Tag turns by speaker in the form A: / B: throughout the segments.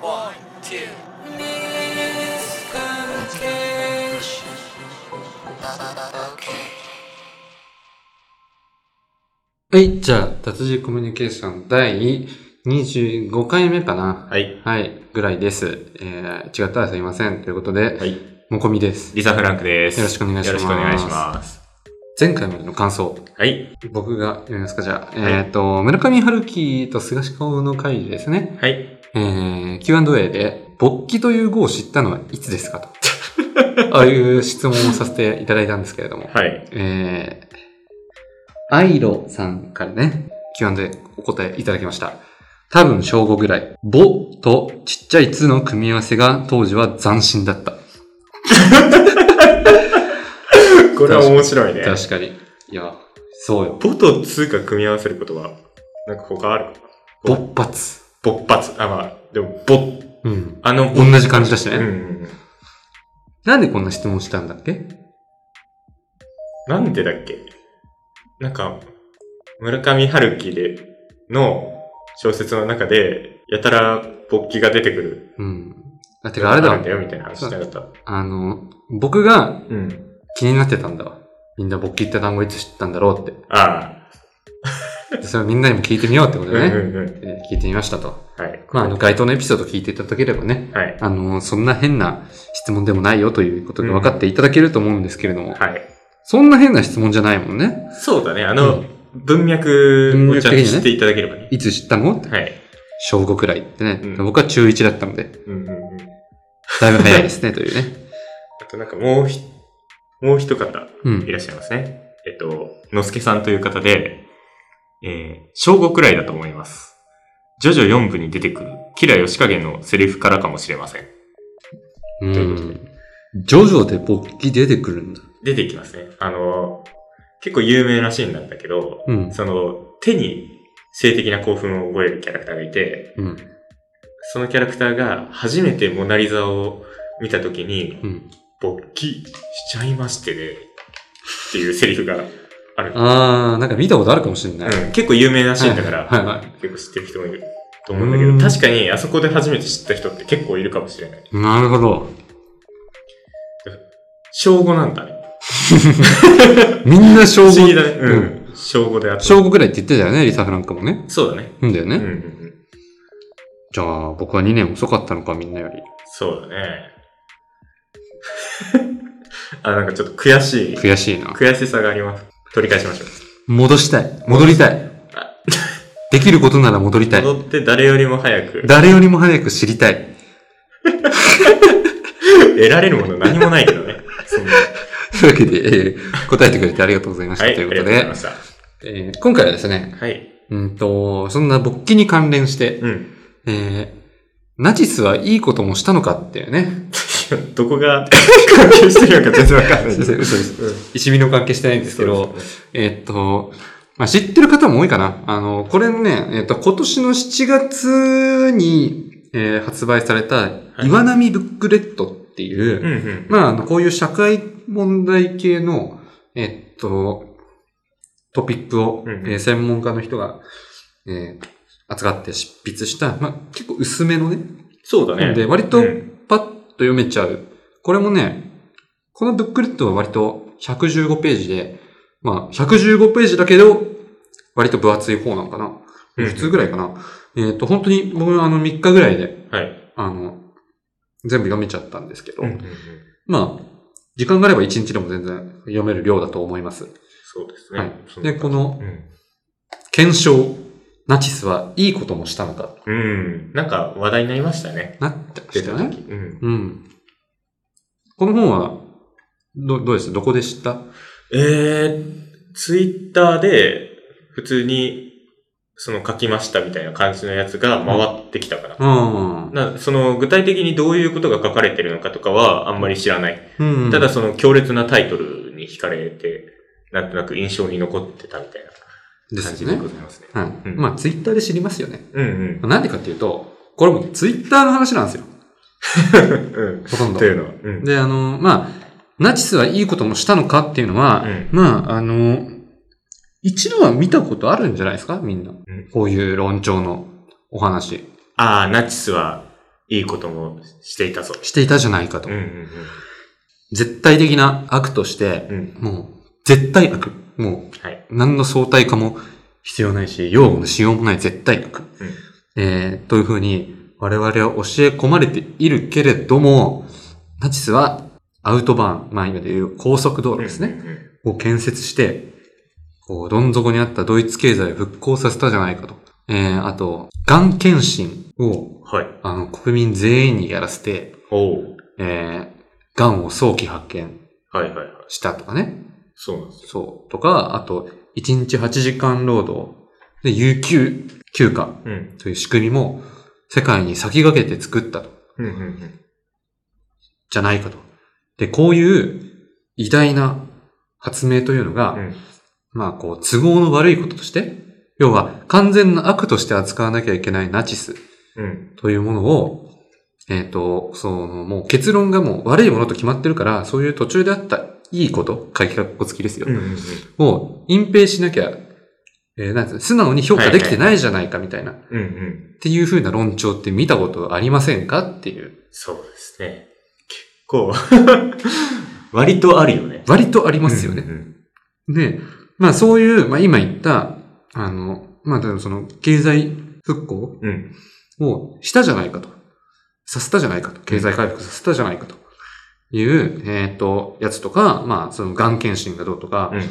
A: One, two. Miscommunication. Okay.
B: はい、じゃあ、達人コミュニケーション第25回目かな。
C: はい。
B: はい、ぐらいです。えー、違ったらすいません。ということで、
C: はい。
B: もこみです。
C: リサ・フランクです。
B: よろしくお願いしま
C: よろ
B: す
C: しくお願いします。
B: 前回までの感想、
C: はい。
B: 僕が読みますか、じゃあ。
C: い
B: えっ、と、村上春樹と菅氏顔の会ですね。
C: はい。
B: えー、Q&A で、勃起という語を知ったのはいつです かと。ああいう質問をさせていただいたんですけれども。
C: はい。
B: えー、アイロさんからね、Q&A お答えいただきました。多分正午ぐらい。ぼとちっちゃいつの組み合わせが当時は斬新だった。
C: これは面白いね。
B: 確かに。いや、そうよ。
C: ボとツが組み合わせることは、なんか他あるか
B: 勃発。
C: 勃発。あ、まあ、でも、ぼ、
B: うん。
C: あの、ぼ、
B: 同じ感じだしね。
C: うん。
B: なんでこんな質問したんだっけ
C: なんでだっけなんか、村上春樹で、の小説の中で、やたら勃起が出てくる。
B: うん。あ、てかあれだ
C: ん
B: わ
C: だ。よ、みたいな話しなかった。
B: あの、僕が
C: うん。
B: 気になってたんだわ。みんな勃起って単語いつ知ったんだろうって
C: ああ。。
B: でそれをみんなにも聞いてみようってこと
C: うんう
B: でね。
C: んうん。
B: えー聞いてみましたと。
C: はい。
B: まあ、あの、該当のエピソード聞いていただければね、
C: はい。
B: あの、そんな変な質問でもないよということで分かっていただけると思うんですけれども、
C: はい。
B: そんな変な質問じゃないもんね。
C: そうだね。あ
B: う
C: の、文脈
B: 文
C: を
B: 脈
C: ちゃ
B: 的
C: ん
B: にね
C: と知っていただければね。
B: いつ知ったのって
C: はい。
B: 小5くらいってね、
C: うん
B: 僕は中1だったので、
C: うんうんうん。
B: だいぶ早いですね、とい うね。
C: あとなんかもうひ、もう一方
B: う
C: い
B: ん。
C: らっしゃいますね。えっと、のすけさんという方で、えー、正午くらいだと思います。ジョジョ4部に出てくる、キラヨシカゲのセリフからかもしれません。
B: う
C: というこ
B: ん。ジョジョで勃起出てくるんだ。
C: 出てきますね。あの、結構有名なシーンなんだけど、
B: うん。
C: その、手に性的な興奮を覚えるキャラクターがいて、
B: うん。
C: そのキャラクターが初めてモナリザを見たときに、
B: うん。
C: 勃起しちゃいましてね。っていうセリフがある。
B: あー、なんか見たことあるかもしれない。
C: うん、結構有名なシーンだから、
B: はいはい。
C: 結構知ってる人もいると思うんだけ
B: う
C: ど、
B: ん
C: 確かにあそこで初めて知った人って結構いるかもしれない。
B: なるほど。
C: 小5なんだね。
B: みんな小
C: 不思議
B: 5。
C: だね。うん。小5であった。
B: 小5くらいって言ってたよね、リサフランカもね。
C: そうだね。
B: うんだよね。
C: うんうんうん。
B: じゃあ、僕は2年遅かったのか、みんなより。
C: そうだね。 あ、なんかちょっと悔しい。
B: 悔しいな。
C: 悔しさがあります。取り返しましょう。
B: 戻したい。戻りたい
C: あ。
B: できることなら戻りたい。
C: 戻って誰よりも早く、
B: 誰よりも早く知りたい。
C: 得られるもの何もないけど ね。そんな
B: というわけで、えー答えてくれてありがとうございました。
C: はい、あ
B: とい
C: りが
B: うこ
C: う
B: とと
C: ござい
B: で
C: ま、した。
B: えー今回はですね、
C: はい。
B: うんと、そんな勃起に関連して、
C: うん。
B: えーナチスはいいこともしたのかっていうね。
C: どこ が関係してるのか全然わかんない
B: 嘘
C: けど。
B: です
C: うん
B: 一味の関係してないんですけど、えーっと、まあ、知ってる方も多いかな。あの、これね、えーっと、今年の7月に、えー発売された、
C: い
B: 岩波ブックレットっていう、
C: うんうん。
B: まああの、こういう社会問題系の、えっと、トピックを、
C: うんうん
B: えー専門家の人が、えー扱って執筆した、まあ結構薄めのね、
C: そうだね。
B: で割と
C: うん
B: パッと読めちゃう。これもね、このブックレットは割と115ページで、まあ115ページだけど、割と分厚い方なのかな。
C: うん
B: 普通ぐらいかな。えっ、と、本当に僕あの3日ぐらいで、
C: はい。
B: あの、全部読めちゃったんですけど、
C: うんうんうん
B: まあ、時間があれば1日でも全然読める量だと思います。
C: そうです
B: はい
C: ね。そ
B: で、
C: の
B: この
C: うん
B: 検証、ナチスはいいこともしたのか、
C: うん。なんか話題になりましたね。
B: なってま
C: 出
B: した
C: た
B: よね。
C: 時。うん。
B: うん。この本は、ど、どうですどこで知った
C: えー、ツイッターで普通にその書きましたみたいな感じのやつが回ってきたから。
B: うん。
C: なその具体的にどういうことが書かれてるのかとかはあんまり知らない。
B: うん。
C: ただ、その強烈なタイトルに惹かれて、なんとなく印象に残ってたみたいな。
B: で
C: 感
B: す
C: じ
B: よ
C: で
B: ね
C: ご。ざいますね。
B: はい。
C: ん
B: まあ、ツイッターで知りますよね。
C: うん
B: まあなんでかっていうと、これもツイッターの話なんですよ。
C: うん。うん。
B: ほとんど。
C: というのは。うん。
B: で、あの、まあ、ナチスはいいこともしたのかっていうのは、
C: うん
B: まあ、あの、一度は見たことあるんじゃないですかみんな。
C: ん
B: こういう論調のお話。
C: ああ、ナチスはいいこともしていたぞ。
B: していたじゃないかと。
C: うんうん
B: 絶対的な悪として
C: う、ん。うん。
B: もう、絶対悪。も
C: はい。
B: う、何の相対化も必要ないし、用語のしようもない絶対
C: う
B: 悪。
C: ん
B: えーというふうに、我々は教え込まれているけれども、ナチスはアウトバーン、まあ今でいう高速道路ですね。
C: うんうんうん。
B: を建設して、こう、どん底にあったドイツ経済を復興させたじゃないかと。えー、あと、がん検診を、
C: はい。
B: あの、国民全員にやらせて、
C: おう。
B: えー、がんを早期発見
C: はいはいはい。
B: したとかね。
C: そうなんですよ。
B: そう。とか、あと、1日8時間労働、で、有給休暇
C: うん。
B: という仕組みも、世界に先駆けて作ったと。
C: うんうんうん。
B: じゃないかと。で、こういう偉大な発明というのが、
C: うん
B: まあこう、都合の悪いこととして、要は完全な悪として扱わなきゃいけないナチス
C: うん。
B: というものを、えっ、と、そのもう結論がもう悪いものと決まってるから、そういう途中であったいいこと、書きかっこ付きですよ
C: う、んうんうん。
B: を隠蔽しなきゃ、えーなんていうの素直に評価できてないじゃないかみたいな、
C: うんうん。
B: っていう風な論調って見たことありませんかっていう。
C: そうですね。結構、 割とあるよね。
B: 割とありますよね。
C: うんうん
B: で、まあそういう、まあ今言った、あの、まあ例えばその経済復興
C: うん。うん。
B: をしたじゃないかと。させたじゃないかと。経済回復させたじゃないかと。いう、えっ、と、やつとか、まあ、その、がん検診がどうとか、
C: うん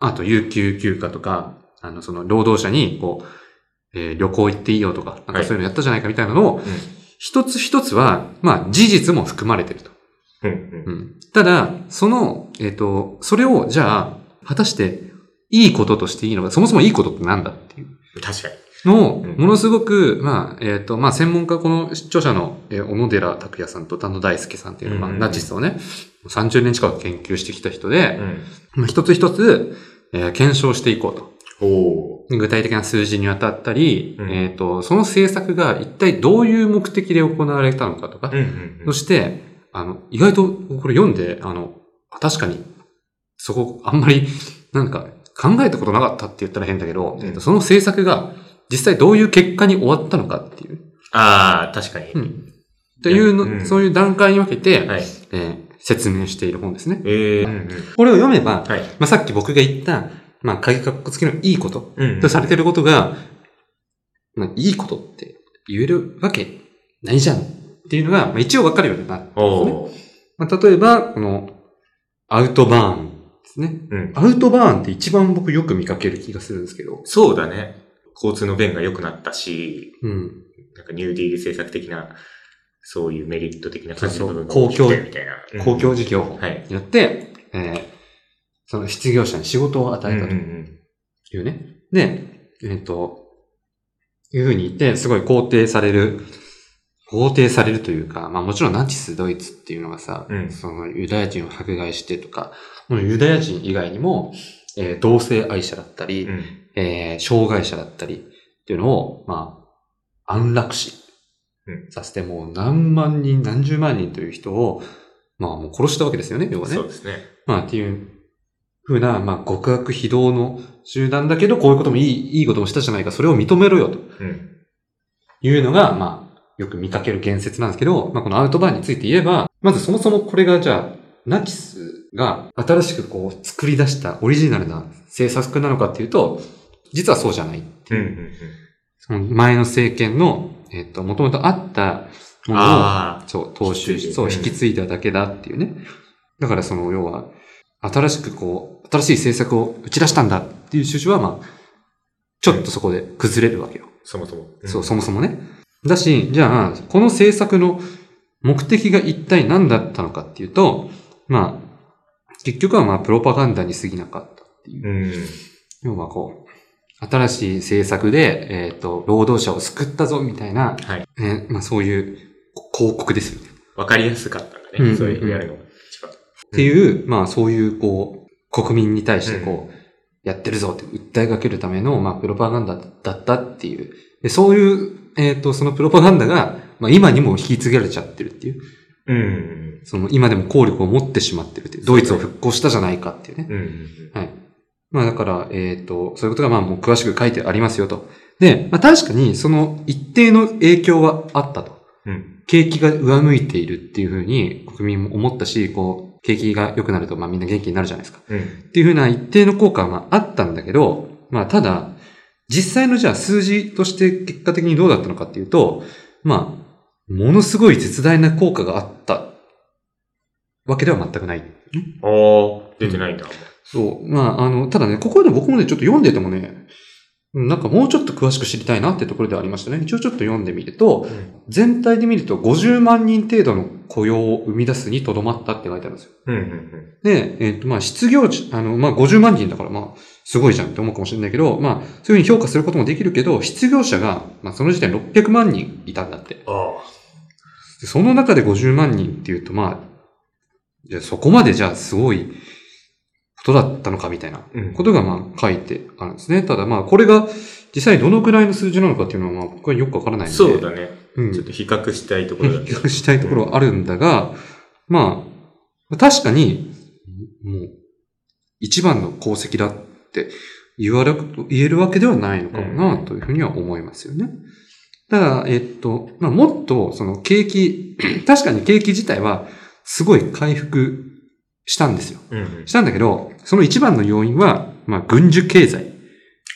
B: あと、有給休暇とか、あの、その、労働者に、こう、えー旅行行っていいよとか、なん
C: は
B: か
C: い
B: そういうのやったじゃないかみたいなのを、
C: ん
B: 一つ一つは、まあ、事実も含まれてると。
C: うん
B: う。んただ、その、えっ、と、それを、じゃあ、果たして、いいこととしていいのか、そもそもいいことってなんだっていう
C: 確かに。
B: のを、
C: うん
B: ものすごく、まあ、えっ、と、まあ、専門家、この著者の、えー小野寺拓也さんと丹野大輔さんっていう、
C: う
B: まあ、
C: んうんうん
B: ナチスをね、30年近く研究してきた人で、
C: ん。
B: まあ、一つ一つ、えー検証していこうと。
C: おう。
B: 具体的な数字に当たったり、
C: うん
B: えっ、と、その政策が一体どういう目的で行われたのかとか、
C: うんうんう
B: そ
C: ん。
B: して、あの、意外とこれ読んで、あの、あ確かに、そこ、あんまり、なんか、考えたことなかったって言ったら変だけど、
C: うん
B: えっとその政策が実際どういう結果に終わったのかっていう。
C: ああ、確かに。
B: うん。というの、
C: いやうん
B: そういう段階に分けて、
C: はい。
B: えー説明している本ですね。
C: ええ。うんうん。
B: これを読めば、
C: はい。
B: まあ、さっき僕が言った、まあ、鍵かっこつきのいいこと
C: うん
B: とされてることが、まあ、いいことって言えるわけないじゃんっていうのが、まあ、一応わかるようになったんですね。
C: おう。
B: まあ、例えば、この、アウトバーンですね。
C: うん。
B: アウトバーンって一番僕よく見かける気がするんですけど。
C: そうだね。交通の便が良くなったし、
B: うん。
C: なんかニューディール政策的な、そういうメリット的な感じの部分が
B: そうそ
C: 大
B: う
C: きくてみたいな。うん
B: 公共事業
C: はい。
B: やって、えーその失業者に仕事を与えた
C: ん。
B: というね。で、えっ、と、いうふうに言って、すごい肯定される、肯定されるというか、まあもちろんナチスドイツっていうのがさ、
C: うん
B: そのユダヤ人を迫害してとか、もうユダヤ人以外にも、えー同性愛者だったり、
C: うん。
B: えー障害者だったりっていうのを、まあ、安楽死
C: う
B: させて、もう何万人、何十万人という人を、まあもう殺したわけですよね、要はね
C: そう。ですね。
B: まあっていうふうな、まあ極悪非道の集団だけど、こういうこともいい、いいこともしたじゃないか、それを認めろよと
C: うん。
B: いうのが、まあ、よく見かける言説なんですけど、まあこのアウトバーンについて言えば、まずそもそもこれがじゃあ、ナチスが新しくこう作り出したオリジナルな政策なのかっていうと、実はそうじゃないって
C: うん
B: いうう。
C: んうん。
B: その前の政権の、えっ、と、もともとあったものを、
C: あ
B: そう、踏襲
C: 引き継い
B: し、
C: で
B: そう、
C: うん
B: 引き継いだだけだっていうね。だからその、要は、新しくこう、新しい政策を打ち出したんだっていう趣旨は、まあ、ちょっとそこで崩れるわけよ。
C: あ、そもそも。ん
B: そう、そもそもね。だし、じゃあ、この政策の目的が一体何だったのかっていうと、まあ、結局はまあ、プロパガンダに過ぎなかったっていう。
C: うん。
B: 要はこう、新しい政策で、えっ、と、労働者を救ったぞ、みたいな、
C: はい
B: えーまあそういう広告ですよね。
C: わかりやすかったんだ
B: うんうんうん
C: ね。そういうやるのが一番。
B: っていう、まあそういう、こう、国民に対してこう、やってるぞって訴えかけるための、まあプロパガンダだったっていう。でそういう、えっ、と、そのプロパガンダが、まあ今にも引き継がれちゃってるっていう。
C: うんうん
B: その今でも効力を持ってしまってるっていう。ドイツを復興したじゃないかっていうね
C: うん。。うんうん
B: はい。まあだから、えっ、と、そういうことがまあもう詳しく書いてありますよと。で、まあ確かにその一定の影響はあったと。
C: うん。
B: 景気が上向いているっていうふうに国民も思ったし、こう、景気が良くなると、まあみんな元気になるじゃないですか。
C: うん。
B: っていうふうな一定の効果はまああったんだけど、まあただ、実際のじゃあ数字として結果的にどうだったのかっていうと、まあ、ものすごい絶大な効果があったわけでは全くない。
C: ああ、出てないんだ。
B: そう。まあ、あの、ただね、ここで僕もね、ちょっと読んでてもね、うんなんかもうちょっと詳しく知りたいなってところではありましたね。一応ちょっと読んでみる
C: う
B: と、
C: ん。
B: 全体で見ると50万人程度の雇用を生み出すにとどまったって書いてあるんですよ。
C: うん。うん。
B: で、えっ、と、まあ、失業時、あの、まあ、50万人だから、まあ、すごいじゃんって思うかもしれないけど、まあ、そういうふうに評価することもできるけど、失業者が、まあ、その時点600万人いたんだって。
C: ああ。
B: でその中で50万人っていうと、まあ、じゃあそこまでじゃあすごいことだったのかみたいな
C: うん
B: ことが、まあ、書いてあるんですね。ただ、まあ、これが実際どのくらいの数字なのかっていうのは、まあ、僕はよくわからないんで。
C: そうだね。
B: うん
C: ちょっと比較したいところだ
B: 比
C: けど。
B: 較したいところはあるんだが、まあ、確かに、もう、一番の功績だって言われる、言えるわけではないのかもな、というふうには思いますよね。ただ、えっと、まあ、もっと、その景気、確かに景気自体は、すごい回復したんですよ。
C: うんうん
B: し。たんだけど、その一番の要因は、まあ、軍需経済。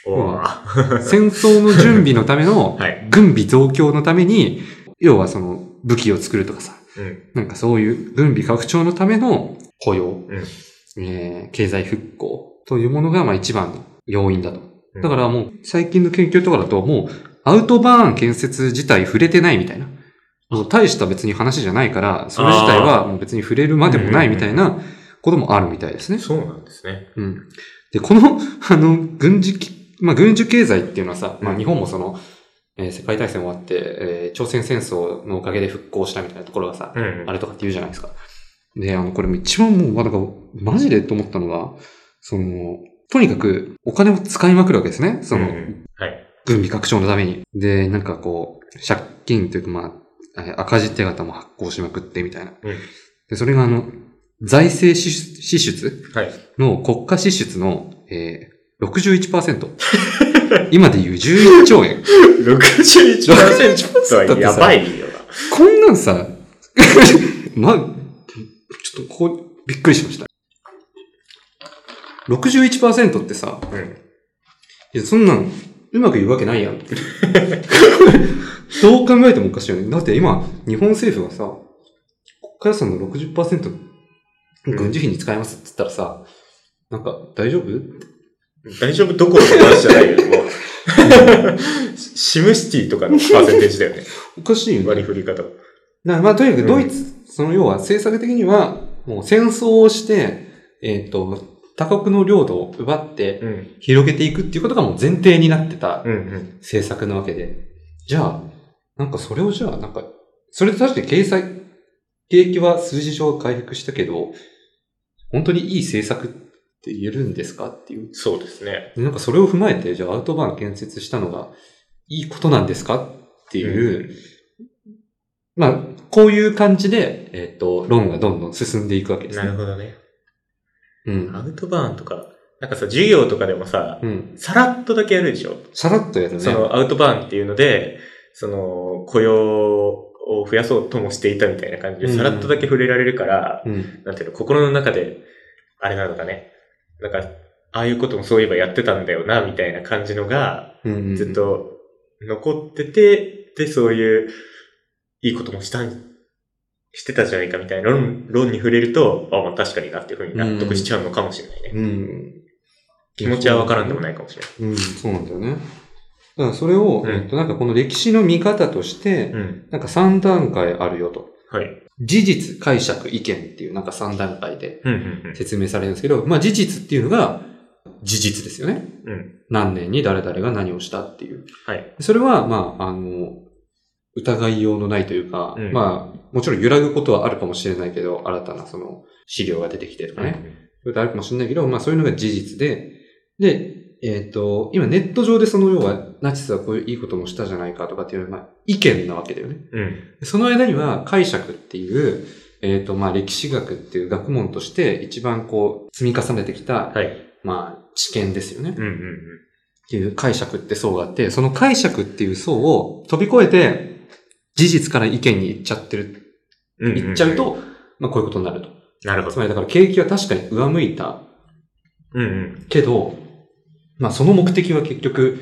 C: おー
B: 戦争の準備のための
C: はい、
B: 軍備増強のために、要はその武器を作るとかさ、
C: うん。
B: なんかそういう軍備拡張のための雇用、えー経済復興というものがまあ一番の要因だと。
C: うん
B: だからもう最近の研究とかだともうアウトバーン建設自体触れてないみたいな。もう大した別に話じゃないから、それ自体はもう別に触れるまでもないみたいなこともあるみたいですね。
C: そうなんですね。
B: うん。で、この、 あの、軍事き、まあ、軍需経済っていうのはさ、ま
C: う
B: あ、
C: ん
B: 日本もその、えー世界大戦終わって、えー朝鮮戦争のおかげで復興したみたいなところがさ、
C: うんうん。
B: あれとかって言うじゃないですか。で、あの、これも一番もう、まあなんか、マジでと思ったのが、その、とにかくお金を使いまくるわけですね。そ
C: うん
B: の、
C: うんはい。
B: 軍備拡張のために。で、なんかこう、借金というか、まあえー、赤字手形も発行しまくってみたいな。
C: うん
B: で、それがあの、財政支出支出
C: はい。
B: の国家支出の、えー、61%。今で言う11兆円。
C: 61%はやばいよ
B: こんなんさ、 ま、ちょっとここ、びっくりしました。61%ってさ、
C: な。うん。
B: いや、そんなん、うまく言うわけないやん って。どう考えてもおかしいよね。だって今、日本政府がさ、国家予算の60%軍事費に使いますって言ったらさ、なんか、大丈夫
C: 大丈夫どころの話じゃないよ。もうシムシティとかのパーセンテージだよね。
B: おかしいよね。
C: 割り振り方。
B: なまあ、とにかくドイツ、その要は政策的には、もう戦争をして、えっ、と、他国の領土を奪って
C: うん。
B: 広げていくっていうことがもう前提になってた
C: うんうん。
B: 政策なわけで。じゃあ、なんかそれをじゃあ、なんか、それで確かに経済、景気は数字上回復したけど、本当にいい政策って言えるんですかっていう。
C: そうですね。
B: でなんかそれを踏まえて、じゃあアウトバーン建設したのがいいことなんですかっていう、まあ、こういう感じで、えっ、と、論がどんどん進んでいくわけです
C: なる
B: ね。
C: ほどね。
B: うん。
C: アウトバーンとか、なんかさ、授業とかでもさ、
B: うん。
C: さらっとだけやるでしょ
B: さらっとやるね。
C: そのアウトバーンっていうので、その雇用を増やそうともしていたみたいな感じで、
B: うん
C: さらっとだけ触れられるから、
B: うん。
C: なんていうの、心の中で、あれなのかね、なんか、ああいうこともそういえばやってたんだよな、みたいな感じのが、
B: うん。
C: ずっ。と残ってて、で、そういう、いいこともしたん、してたじゃないかみたいな論論に触れると、あ、まあ確かになっていうふうに納得しちゃうのかもしれないね。
B: うん。
C: 気持ちはわからんでも
B: い。
C: ないかもしれ
B: うん、そうなんだよね。だからそれを、
C: うん
B: えっと、なんかこの歴史の見方として、
C: ない。うん。
B: なんか3段階あるよと。
C: はい。
B: 事実、解釈、意見っていうなんか3段階で
C: うん、うん、
B: 説明されるんですけど、まあ事実っていうのが事実ですよね。
C: うん。うん。
B: 何年に誰々が何をしたっていう。
C: はい。
B: それは、まあ、あの、疑いようのないというか、
C: うん
B: まあ、もちろん揺らぐことはあるかもしれないけど、新たなその資料が出てきてとかね。そういうことあるかもしれないけど、まあそういうのが事実で、で、えっ、と、今ネット上でその要は、ナチスはこういういいこともしたじゃないかとかっていう、まあ意見なわけだよね。
C: うん。
B: その間には解釈っていう、えっ、と、まあ歴史学っていう学問として一番こう積み重ねてきた、
C: はい。
B: まあ知見ですよね。
C: うん、うん、
B: っていう解釈って層があって、その解釈っていう層を飛び越えて、事実から意見に行っちゃってる、
C: うんんん
B: 行っちゃう、と、まあこういうことになると。
C: なるほ
B: つ
C: ど。
B: まりだから景気は確かに上向いた
C: うんうん。
B: けど、まあその目的は結局、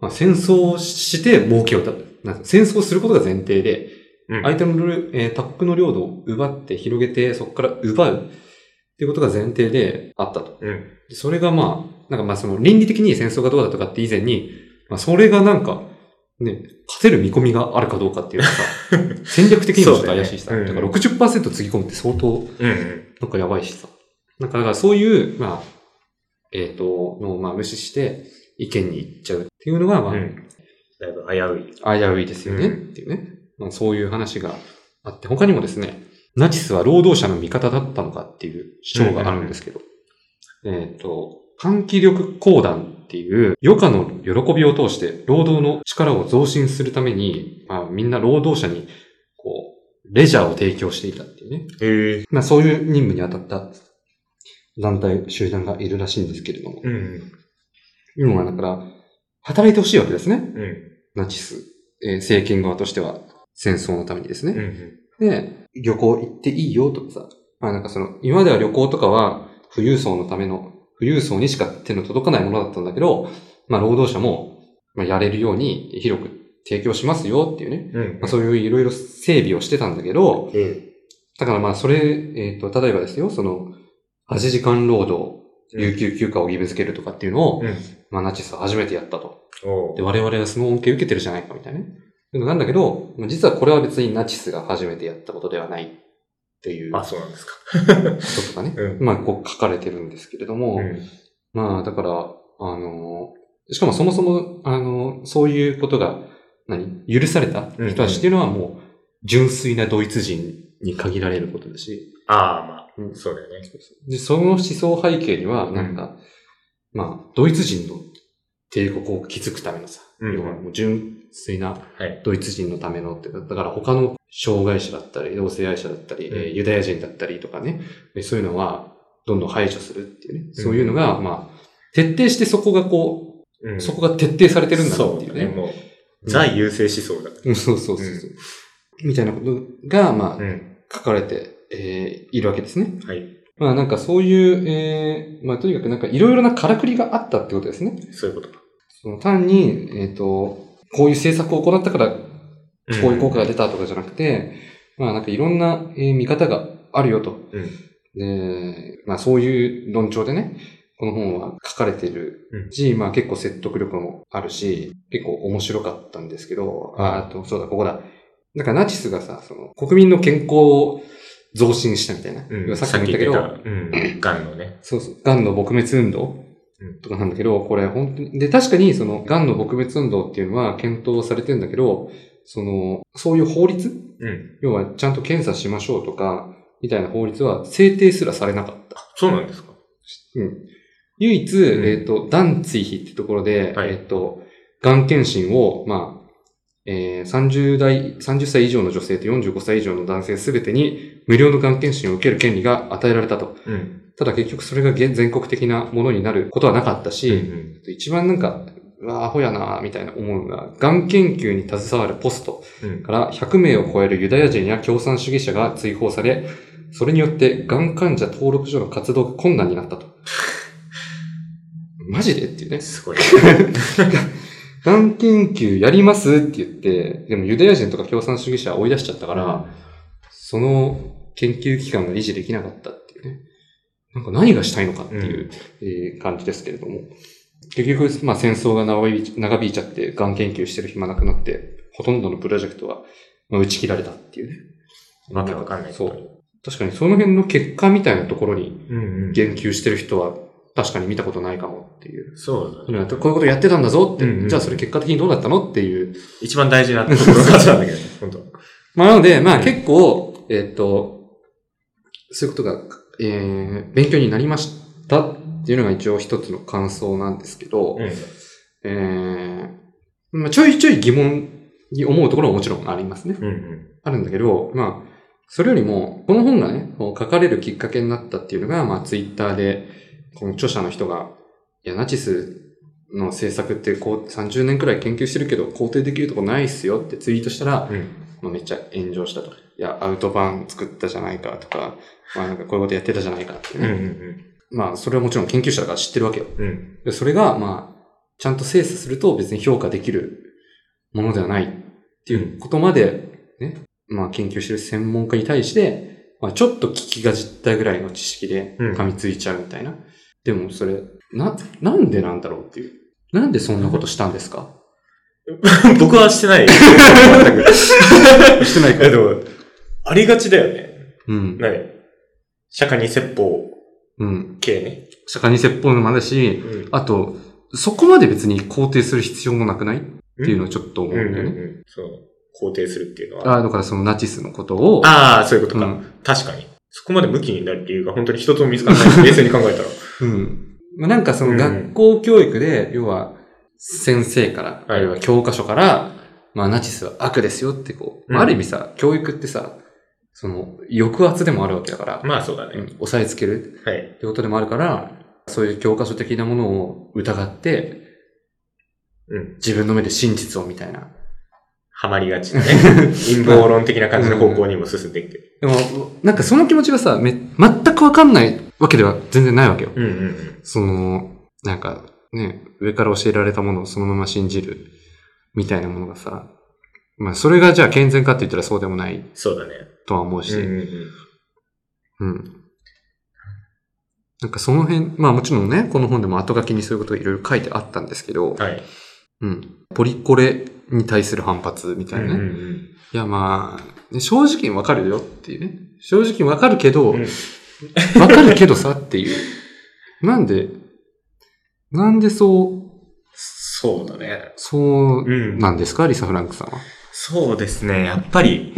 B: まあ戦争をして儲けようだ。なんか戦争をすることが前提で、
C: うん
B: 相手の領、えー他国の領土を奪って広げて、そこから奪うっていうことが前提であったと。
C: うん。
B: でそれがまあ、なんかまあその倫理的に戦争がどうだとかって以前に、まあそれがなんか、ね、勝てる見込みがあるかどうかっていう のがさ、戦略的にもちょっと怪しいしさ、
C: そうだ
B: だ
C: よ
B: か
C: ね
B: ら
C: うん
B: 60%つぎ込むって相当
C: うんうん。
B: なんかやばいしさ。なんか、だからそういう、まあ、えっ、と、のをまあ無視して意見に行っちゃうっていうのが、まあ、
C: うん。だいぶ危うい。
B: 危ういですよねっ
C: う
B: ていうね。まあそういう話があって、他にもですね、ナチスは労働者の味方だったのかっていう主張があるんですけど、えっ、と、換気力講談っていう余暇の喜びを通して労働の力を増進するために、まあみんな労働者に、こう、レジャーを提供していたっていうね。
C: へえ。
B: まあそういう任務に当たった団体、集団がいるらしいんですけれども。
C: うん。
B: 今はだから、働いてほしいわけですね。
C: うん。
B: ナチス、えー政権側としては戦争のためにです
C: うんう
B: ね。
C: ん。
B: で、旅行行っていいよとかさ。まあなんかその、今までは旅行とかは富裕層のための、富裕層にしか手の届かないものだったんだけど、まあ労働者も、まあ、やれるように広く提供しますよっていうね。
C: うん
B: まあ、そういういろいろ整備をしてたんだけど、
C: うん。
B: だからまあ、それ、えっ、と、例えばですよ、その、8時間労働、有給休暇を義務付けるとかっていうのを、
C: うん。
B: まあ、ナチスは初めてやったと。
C: おう
B: で、我々はその恩恵を受けてるじゃないか、みたいなね。いうのなんだけど、まあ実はこれは別にナチスが初めてやったことではないっていうこ
C: あ、そうなんですか。
B: ととかね。
C: うん。
B: まあ、こう書かれてるんですけれども、
C: うん
B: まあ、だから、あの、しかもそもそも、あの、そういうことが、何許された人たちっていうのはもう、純粋なドイツ人に限られることだし、
C: ああ、まあ、
B: うん
C: そうだよね。
B: で、その思想背景には、なんか、まあ、ドイツ人の帝国を築くためのさ、
C: うん
B: 要はもう純粋な
C: はい
B: ドイツ人のためのって、だから他の障害者だったり、同性愛者だったり、
C: うん
B: えーユダヤ人だったりとかね、でそういうのは、どんどん排除するっていうね、そういうのが、まあ、徹底してそこがこ
C: う
B: う、
C: ん
B: そこが徹底されてるんだな
C: そ
B: っていうう
C: だ
B: ね。
C: ね。もう、ザ優勢思想だか
B: うんそうそうそうそう、みたいなことが、ま
C: ら。
B: あ、
C: ん。
B: 書かれて、えーいるわけですね。
C: はい。
B: まあなんかそういう、えーまあとにかくなんかいろいろなからくりがあったってことですね。
C: そういうことか。
B: その単に、えっ、と、こういう政策を行ったからこういう効果が出たとかじゃなくて、まあなんかいろんな、えー見方があるよと。
C: うん
B: で、まあそういう論調でね、この本は書かれてるし、まあ結構説得力もあるし、結構面白かったんですけど、ああと、そうだ、ここだ。だからナチスがさ、その国民の健康を増進したみたいな。
C: うん。
B: さっきも言ったけど、
C: さっき言ってたうん。ガンのね。
B: そうそう、癌の撲滅運動
C: うん
B: とかなんだけど、これ本当に、で、確かにその癌の撲滅運動っていうのは検討されてんだけど、その、そういう法律
C: うん。
B: 要はちゃんと検査しましょうとか、みたいな法律は制定すらされなかった。
C: そうなんですか。
B: うん。唯一、
C: ん
B: えっ、と、ダンツイヒってところで、
C: はい
B: えっ、と、癌検診を、まあ、えー30代、30歳以上の女性と45歳以上の男性すべてに無料の癌検診を受ける権利が与えられたと。
C: うん。
B: ただ結局それが現全国的なものになることはなかった
C: う
B: し、
C: ん。
B: 一番なんか、うわアホやなみたいな思うのが、がん研究に携わるポスト
C: うん。
B: から100名を超えるユダヤ人や共産主義者が追放され、それによってがん患者登録所の活動が困難になったと。マジでっていうね。
C: すごい。
B: がん研究やりますって言って、でもユダヤ人とか共産主義者は追い出しちゃったから、その研究機関が維持できなかったっていうね。なんか何がしたいのかっていう、えー感じですけれども。結局、まあ戦争が長引い長引いちゃって、がん研究してる暇なくなって、ほとんどのプロジェクトはまあ打ち切られたっていうね。
C: わけわかんない。
B: そう。確かにその辺の結果みたいなところに
C: うんうん。
B: 言及してる人は確かに見たことないかもっていう。
C: そう
B: こう
C: だ
B: いう
C: ね。
B: ことやってたんだぞって、
C: うんうん
B: じゃあそれ結果的にどうだったのっていう
C: 一番大事なところがなんだけどね、本当。
B: まあ、なので、まあ
C: うん
B: 結構、えーっと、そういうことが、えー、勉強になりましたっていうのが一応一つの感想なんですけど、
C: うん。
B: えー、まあちょいちょい疑問に思うところはもちろんありますね。
C: うんうん。
B: あるんだけど、まあ、それよりも、この本がね、こう書かれるきっかけになったっていうのが、まあツイッターで、この著者の人が、いや、ナチスの政策ってこう30年くらい研究してるけど、肯定できるとこないっすよってツイートしたら、
C: うん。
B: まあ、めっちゃ炎上したと。いや、アウトバーン作ったじゃないかとか、まあなんかこういうことやってたじゃないかっていう
C: うん
B: ね、
C: うん
B: まあそれはもちろん研究者だから知ってるわけよ。
C: うん。うん。
B: でそれが、まあ、ちゃんと精査すると別に評価できるものではないっていうことまで、ね、まあ研究してる専門家に対して、まあちょっと聞きがじったぐらいの知識で
C: うん
B: 噛みついちゃうみたいな。でもそれ、な、なんでなんだろうっていう。なんでそんなことしたんで すか
C: 僕はしてない。 全く
B: してない
C: いやでも、ありがちだよね。
B: うん。
C: 何釈迦に説法
B: うん。
C: 系ね。
B: 釈迦に説法のもあるし、
C: うん。
B: あと、そこまで別に肯定する必要もなくないっていうのはちょっと思うんだよね。
C: ん。そう。肯定するっていうのは。
B: あだからそのナチスのことを、
C: ああ、そういうこと
B: う
C: か
B: ん。
C: 確かに。そこまで向きになる理由が本当に一つも見つからないし。冷静に考えた ら。
B: うん。まあ、なんかその
C: うん
B: 学校教育で、要は先生から、あ
C: はい
B: るいは教科書から、まあナチスは悪ですよってこう、まあ
C: うん
B: ある意味さ、教育ってさ、その抑圧でもあるわけだから、
C: まあそうだ
B: うん
C: ね。
B: 押さえつける
C: はい。
B: ってことでもあるから、そういう教科書的なものを疑って、
C: うん。
B: 自分の目で真実をみたいな。
C: ハマりがち なね。陰謀論的な感じの方向にも進んでいく。
B: でも、なんかその気持ちがさ、め、全くわかんないわけでは全然ないわけよ。
C: うんうんうん。
B: その、なんかね、上から教えられたものをそのまま信じるみたいなものがさ、まあそれがじゃあ健全かって言ったらそうでもない
C: そうだね。
B: とは思うし、
C: うん
B: うん。
C: うんうん。
B: なんかその辺、まあもちろんね、この本でも後書きにそういうことがいろいろ書いてあったんですけど、
C: はい。
B: うん。ポリコレに対する反発みたいなね。
C: うんう
B: い
C: ん
B: やまあ、ね正直にわかるよっていうね。正直にわかるけど、
C: うん
B: わかるけどさっていう。なんで、なんでそう、
C: そうだね。
B: そ
C: う
B: う
C: ん。
B: なんですかリサ・フランクさんは。
C: そうですね。やっぱ り。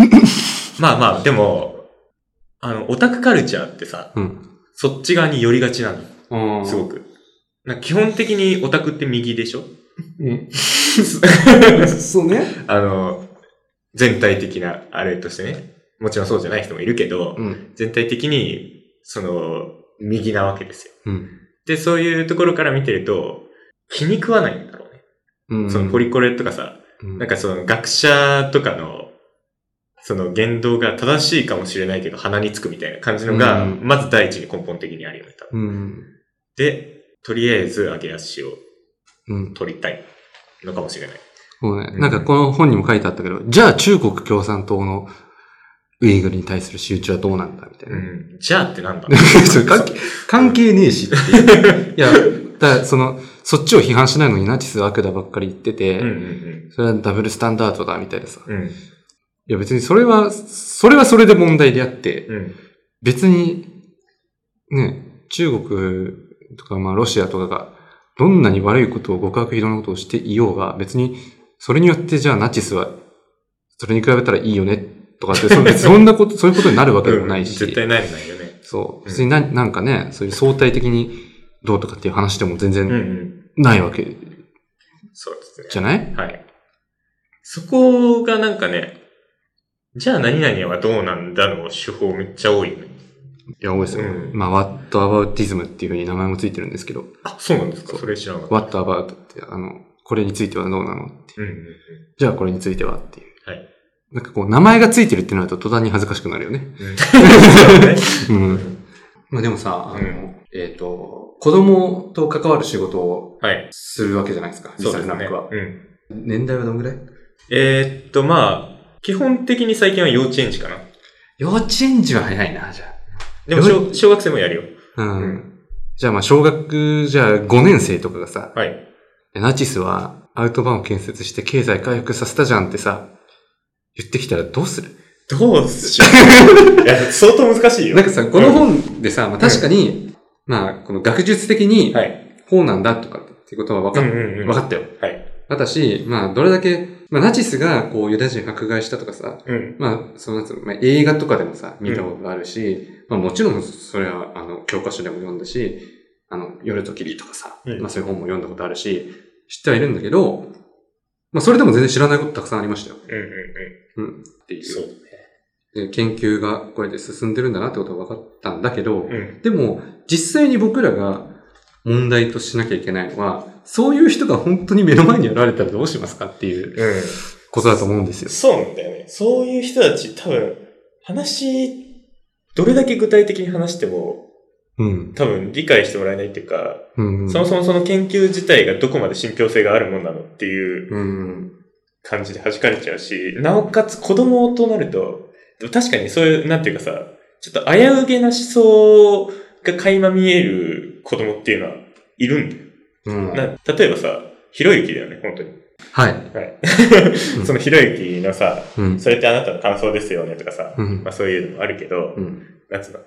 C: まあまあ、でも、あの、オタクカルチャーってさ、
B: うん。
C: そっち側に寄りがちなの。
B: あ
C: すごく。なんか基本的にオタクって右でしょ
B: そうね。
C: あの、全体的なあれとしてね。もちろんそうじゃない人もいるけど、
B: うん。
C: 全体的に、その、右なわけですよ。
B: うん。
C: で、そういうところから見てると、気に食わないんだろうね。
B: うん。
C: その、ポリコレとかさ、
B: うん、
C: なんかその学者とかの、その言動が正しいかもしれないけど鼻につくみたいな感じのが、
B: うん
C: まず第一に根本的にあるよね。多分
B: うん。
C: で、とりあえず上げ足を
B: うん。
C: 取りたいのかもしれない。
B: そうね。なんかこの本にも書いてあったけど、じゃあ中国共産党のウイグルに対する集中はどうなんだみたいうな。
C: ん。じゃあってなんだ
B: それ関係関係ねえしっ ていう。いや、だからその、そっちを批判しないのにナチスは悪だばっかり言ってて、
C: うんうん
B: それはダブルスタンダードだみたいなさ。
C: うん。うん。
B: いや別にそれは、それはそれで問題であって、
C: うん。
B: 別に、ね、中国とか、まあ、ロシアとかが、どんなに悪いことを、極悪非道なことをしていようが、別に、それによって、じゃあ、ナチスは、それに比べたらいいよね、とかって、そそんなこと、そういうことになるわけでもないし、
C: 絶対ないないよね。
B: そう、別にな、なんかね、そういう相対的にどうとかっていう話でも全
C: うんう
B: 然
C: ん。
B: ないわけ
C: そうですね。
B: じゃない、
C: はい。そこがなんかね、じゃあ何々はどうなんだの手法めっちゃ多いよね。
B: いや、多いですよ。
C: うん
B: まあ、What Aboutism っていうふうに名前もついてるんですけど、
C: あ、そうなんですかそれ知らなかった。
B: What About って、あの、これについてはどうなのって
C: うんうんうん。
B: じゃあこれについてはっていう。
C: はい。
B: なんかこう、名前がついてるってなると途端に恥ずかしくなるよね。うん。まあでもさ、あの、
C: うん
B: えっ、と、子供と関わる仕事を
C: はい。
B: するわけじゃないですか、
C: そうです
B: リサ
C: ね。
B: ルナックは。
C: うん。
B: 年代はどんぐらい
C: えーっと、まあ、基本的に最近は幼稚園児かな。
B: 幼稚園児は早いな、じゃ
C: でも小、小学生もやるよ。
B: あ。うん。
C: うん
B: じゃあまあ、小学、じゃあ5年生とかがさ、
C: はい。
B: ナチスはアウトバーンを建設して経済回復させたじゃんってさ、言ってきたらどうする
C: どうしよ う。いや、相当難しいよ。
B: なんかさ、この本でさ、まあ確かに、まあ、この学術的に、
C: はい。
B: こうなんだとかっていうことは分か,、
C: うん
B: っ
C: うんうん。
B: 分かったよ。
C: はい。
B: だったし、まあ、どれだけ、まあ、ナチスがこう、ユダヤ人迫害したとかさ、
C: うん。
B: まあ、そのなんつうの、まあ、映画とかでもさ、見たことがあるし、まあ、もちろん、それは、あの、教科書でも読んだし、あの、夜と霧とかさ、
C: うん
B: まあ、そういう本も読んだことあるし、知ってはいるんだけど、まあ、それでも全然知らないことたくさんありましたよ。
C: うんうんう
B: うん。ってい。
C: ん。そうう。
B: で研究がこうやって進んでるんだなってことが分かったんだけど、
C: うん。
B: でも、実際に僕らが問題としなきゃいけないのは、そういう人が本当に目の前に現れたらどうしますかっていう。
C: うん。
B: ことだと思うんですよ。
C: そうなんだよね。そういう人たち、多分、話、どれだけ具体的に話しても、
B: うん。
C: 多分理解してもらえないっていうか、
B: うんうん。
C: そもそもその研究自体がどこまで信憑性があるもんなのっていう
B: うん。
C: 感じで弾かれちゃうし、なおかつ子供となると、確かにそういう、なんていうかさ、ちょっと危うげな思想が垣間見える子供っていうのはいるんだよ。
B: うん。
C: な例えばさ、ひろゆきだよね、本当に。
B: はい。
C: はい。
B: ん
C: そのひろゆきのさ、
B: うん。
C: それってあなたの感想ですよねとかさ、
B: うん
C: ま。あそういうのもあるけど、
B: うん。
C: なんつうの、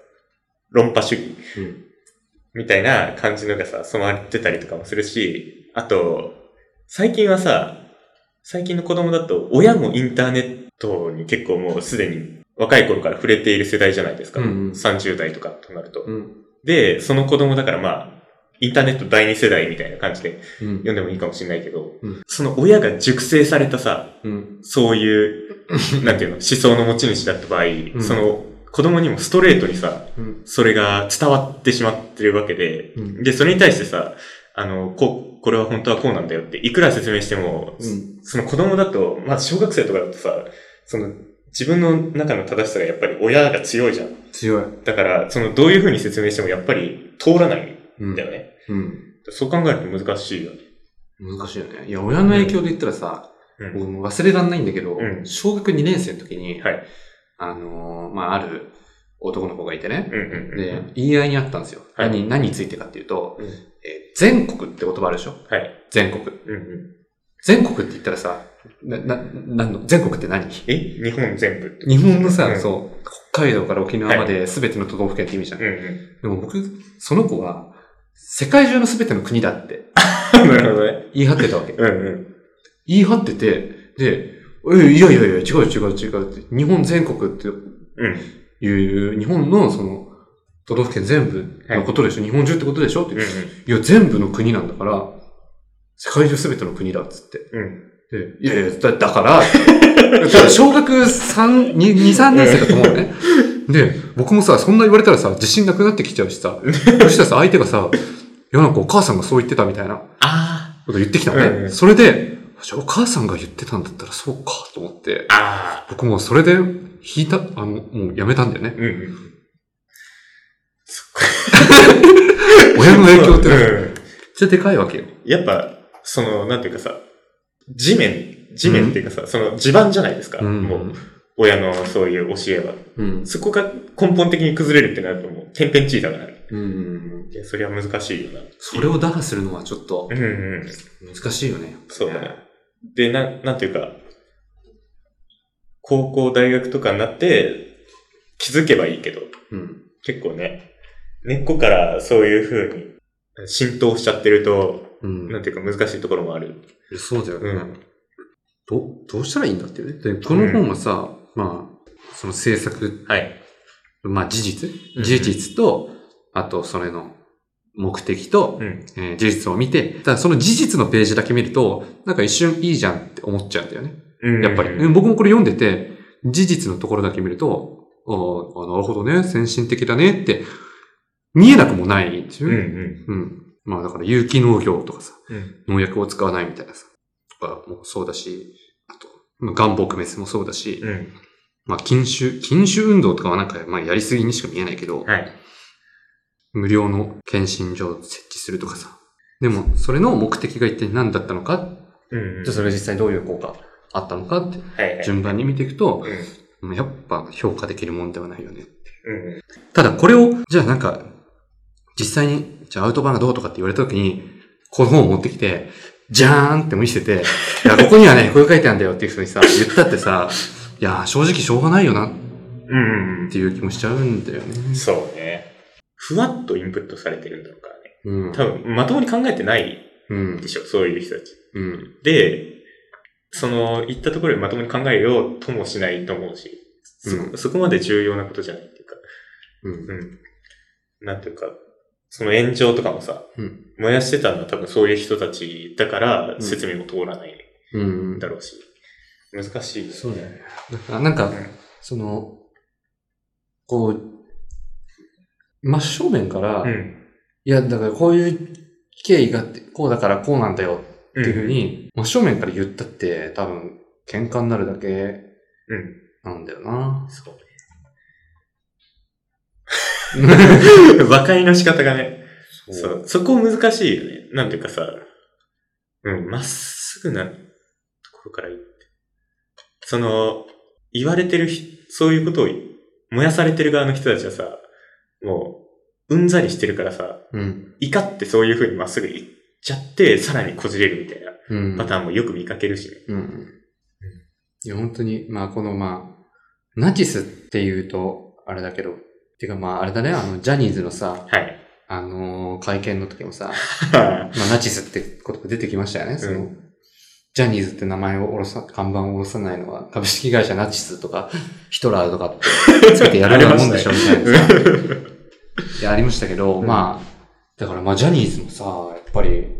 C: 論破主義
B: うん
C: みたいな感じのがさ、染まってたりとかもするし、あと、最近はさ、最近の子供だと、親もインターネットに結構もうすでに若い頃から触れている世代じゃないですか。
B: うんうん
C: 30代とかとなると。
B: うん。
C: で、その子供だからまあ、インターネット第二世代みたいな感じで
B: うん
C: 読んでもいいかもしれないけど、
B: うん
C: その親が熟成されたさ、
B: うん。
C: そう いう、なんていうの、思想の持ち主だった場合、
B: ん
C: その、子供にもストレートにさ、
B: うん。
C: それが伝わってしまってるわけで、
B: うん
C: で、それに対してさ、あの、こう、これは本当はこうなんだよって、いくら説明しても、
B: うん
C: その子供だと、まあ、小学生とかだとさ、その、自分の中の正しさがやっぱり親が強いじゃん。
B: 強い。
C: だから、その、どういう風に説明してもやっぱり通らない
B: うん
C: んだよね。
B: うん。
C: そう考えると難しいよね。
B: 難しいよね。いや、親の影響で言ったらさ、
C: うん。
B: 僕も忘れらんないんだけど
C: う、ん
B: 小学2年生の時に、
C: はい。
B: あのー、まあ、ある男の子がいてね
C: う、んうんうん。
B: で、言い合いにあったんですよ。
C: はい
B: 何、何についてかっていうと、
C: うん
B: えー全国って言葉あるでしょ
C: はい。
B: 全国。
C: うんうん。
B: 全国って言ったらさ、な、な、なんの、全国って何
C: え日本全部ってこと
B: 日本のさ、
C: うん
B: そう、北海道から沖縄まで全ての都道府県って意味じゃん。
C: うんうん。
B: でも僕、その子は、世界中の全ての国だって
C: なるほどね。
B: 言い張ってたわけ。
C: うんうん。
B: 言い張ってて、で、えいやいやいや、違う違う違うって、日本全国って
C: うん。
B: いう、日本のその、都道府県全部のことでしょ、日本中ってことでしょって
C: うん
B: いや、全部の国なんだから、世界中すべての国だっつって。
C: うん。うん。
B: で、いやいや、だだから、 だから小学3、2、3年生だと思うの ね。で、僕もさ、そんな言われたらさ、自信なくなってきちゃうしさ、 そしたらさ、相手がさ、いや、なんかお母さんがそう言ってたみたいなこ
C: あ
B: と言ってきたのね。
C: うんうん
B: それで、じゃあお母さんが言ってたんだったらそうかと思って、
C: あ。ああ。
B: 僕もうそれで引いた、あの、もうやめたんだ よね。
C: うんうん。そっか。
B: 親の影響ってめっ
C: うん。
B: ちゃでかいわけよ。
C: やっぱ、その、なんていうかさ、地面、地面っていうかさ、その地盤じゃないですか。
B: うん。
C: もう、親のそういう教えは。
B: うん。
C: そこが根本的に崩れるってなるともう、天変地異だからね。
B: うん。
C: いや、それは難しいよな。
B: それを打破するのはちょっと
C: うんうん。
B: 難しいよね。
C: そうだね。で、な、なんていうか、高校、大学とかになって、気づけばいいけど、
B: うん。
C: 結構ね、根っこからそういう風に浸透しちゃってると、
B: うん。
C: なんていうか難しいところもある。
B: そうだよね。
C: うん
B: ど、どうしたらいいんだっていうね。で、この本はさ、まあ、その制作、
C: はい。
B: まあ事実
C: うん
B: 事実と、あとそれの目的と、
C: うん。
B: えー事実を見て、ただその事実のページだけ見ると、なんか一瞬いいじゃんって思っちゃうんだよね。
C: うん
B: やっぱり。うん僕もこれ読んでて、事実のところだけ見ると、あーあ、なるほどね、先進的だねって、見えなくもないっていううね。
C: ん
B: うん。まあだから有機農業とかさ、
C: うん。
B: 農薬を使わないみたいなさ、とかもそうだし、あと、まあ、ガン撲滅もそうだし、
C: うん。
B: まあ、禁酒、禁酒運動とかはなんか、まあ、やりすぎにしか見えないけど、
C: はい。
B: 無料の検診所を設置するとかさ。でも、それの目的が一体何だったのか、
C: うんうん。
B: じゃあそれが実際どういう効果あったのかって、
C: はいはい。
B: 順番に見ていくと
C: う、ん。
B: まあやっぱ評価できるもんではないよね。
C: うん。
B: ただ、これを、じゃあなんか、実際に、じゃあアウトバンがどうとかって言われた時に、この本を持ってきて、じゃーんって見せて、いや、ここにはね、 こういう書いてあるんだよっていう人にさ、言ったってさ、いやー、正直しょうがないよなっ
C: うん
B: ていう気もしちゃうんだよね。
C: うん。そうね。ふわっとインプットされてるんだろうからね。
B: うん。
C: 多分、まともに考えてない
B: うん
C: で。しょ、そういう人たち。
B: うん。
C: で、その、言ったところでまともに考えようともしないと思うし、そ,、
B: う
C: そこまで重要なことじゃないっていうか、
B: うん。
C: うん。なんていうか、その炎上とかもさ、
B: うん
C: 燃やしてたのは多分そういう人たちだから、
B: ん
C: 説明も通らない
B: うん
C: ん。だろうし、難しいよ。
B: そうだよね。だからなんか
C: うん、
B: その、こう、真正面から、
C: うん。
B: いや、だからこういう経緯があって、こうだからこうなんだよっていうふうに、真正面から言ったって、多分、喧嘩になるだけ
C: うん。
B: なんだよな。
C: そうね。和解の仕方がね。 そう。そこ難しいよね。なんていうかさ、うん、まっすぐなところから言って。その、言われてるひ、そういうことを燃やされてる側の人たちはさ、もう、うんざりしてるからさ、
B: うん。
C: 怒ってそういう風にまっすぐ行っちゃって、さらにこじれるみたいな
B: うん。
C: パターンもよく見かけるしね。
B: うん。いや、本当に、まあ、この、まあ、ナチスっていうと、あれだけど、てか、まあ、あれだね、あの、ジャニーズのさ、
C: はい。
B: あのー会見の時もさ、まあ、ナチスって言葉出てきましたよね、その、
C: う
B: ジャニーズって名前を下ろさ、看板を下ろさないのは、株式会社ナチスとか、ヒトラーとかって、つけてやるようなもんでしょ、みたいなさ。いや、ありましたけど、
C: うん
B: まあ、だからまあ、ジャニーズもさ、やっぱり、ね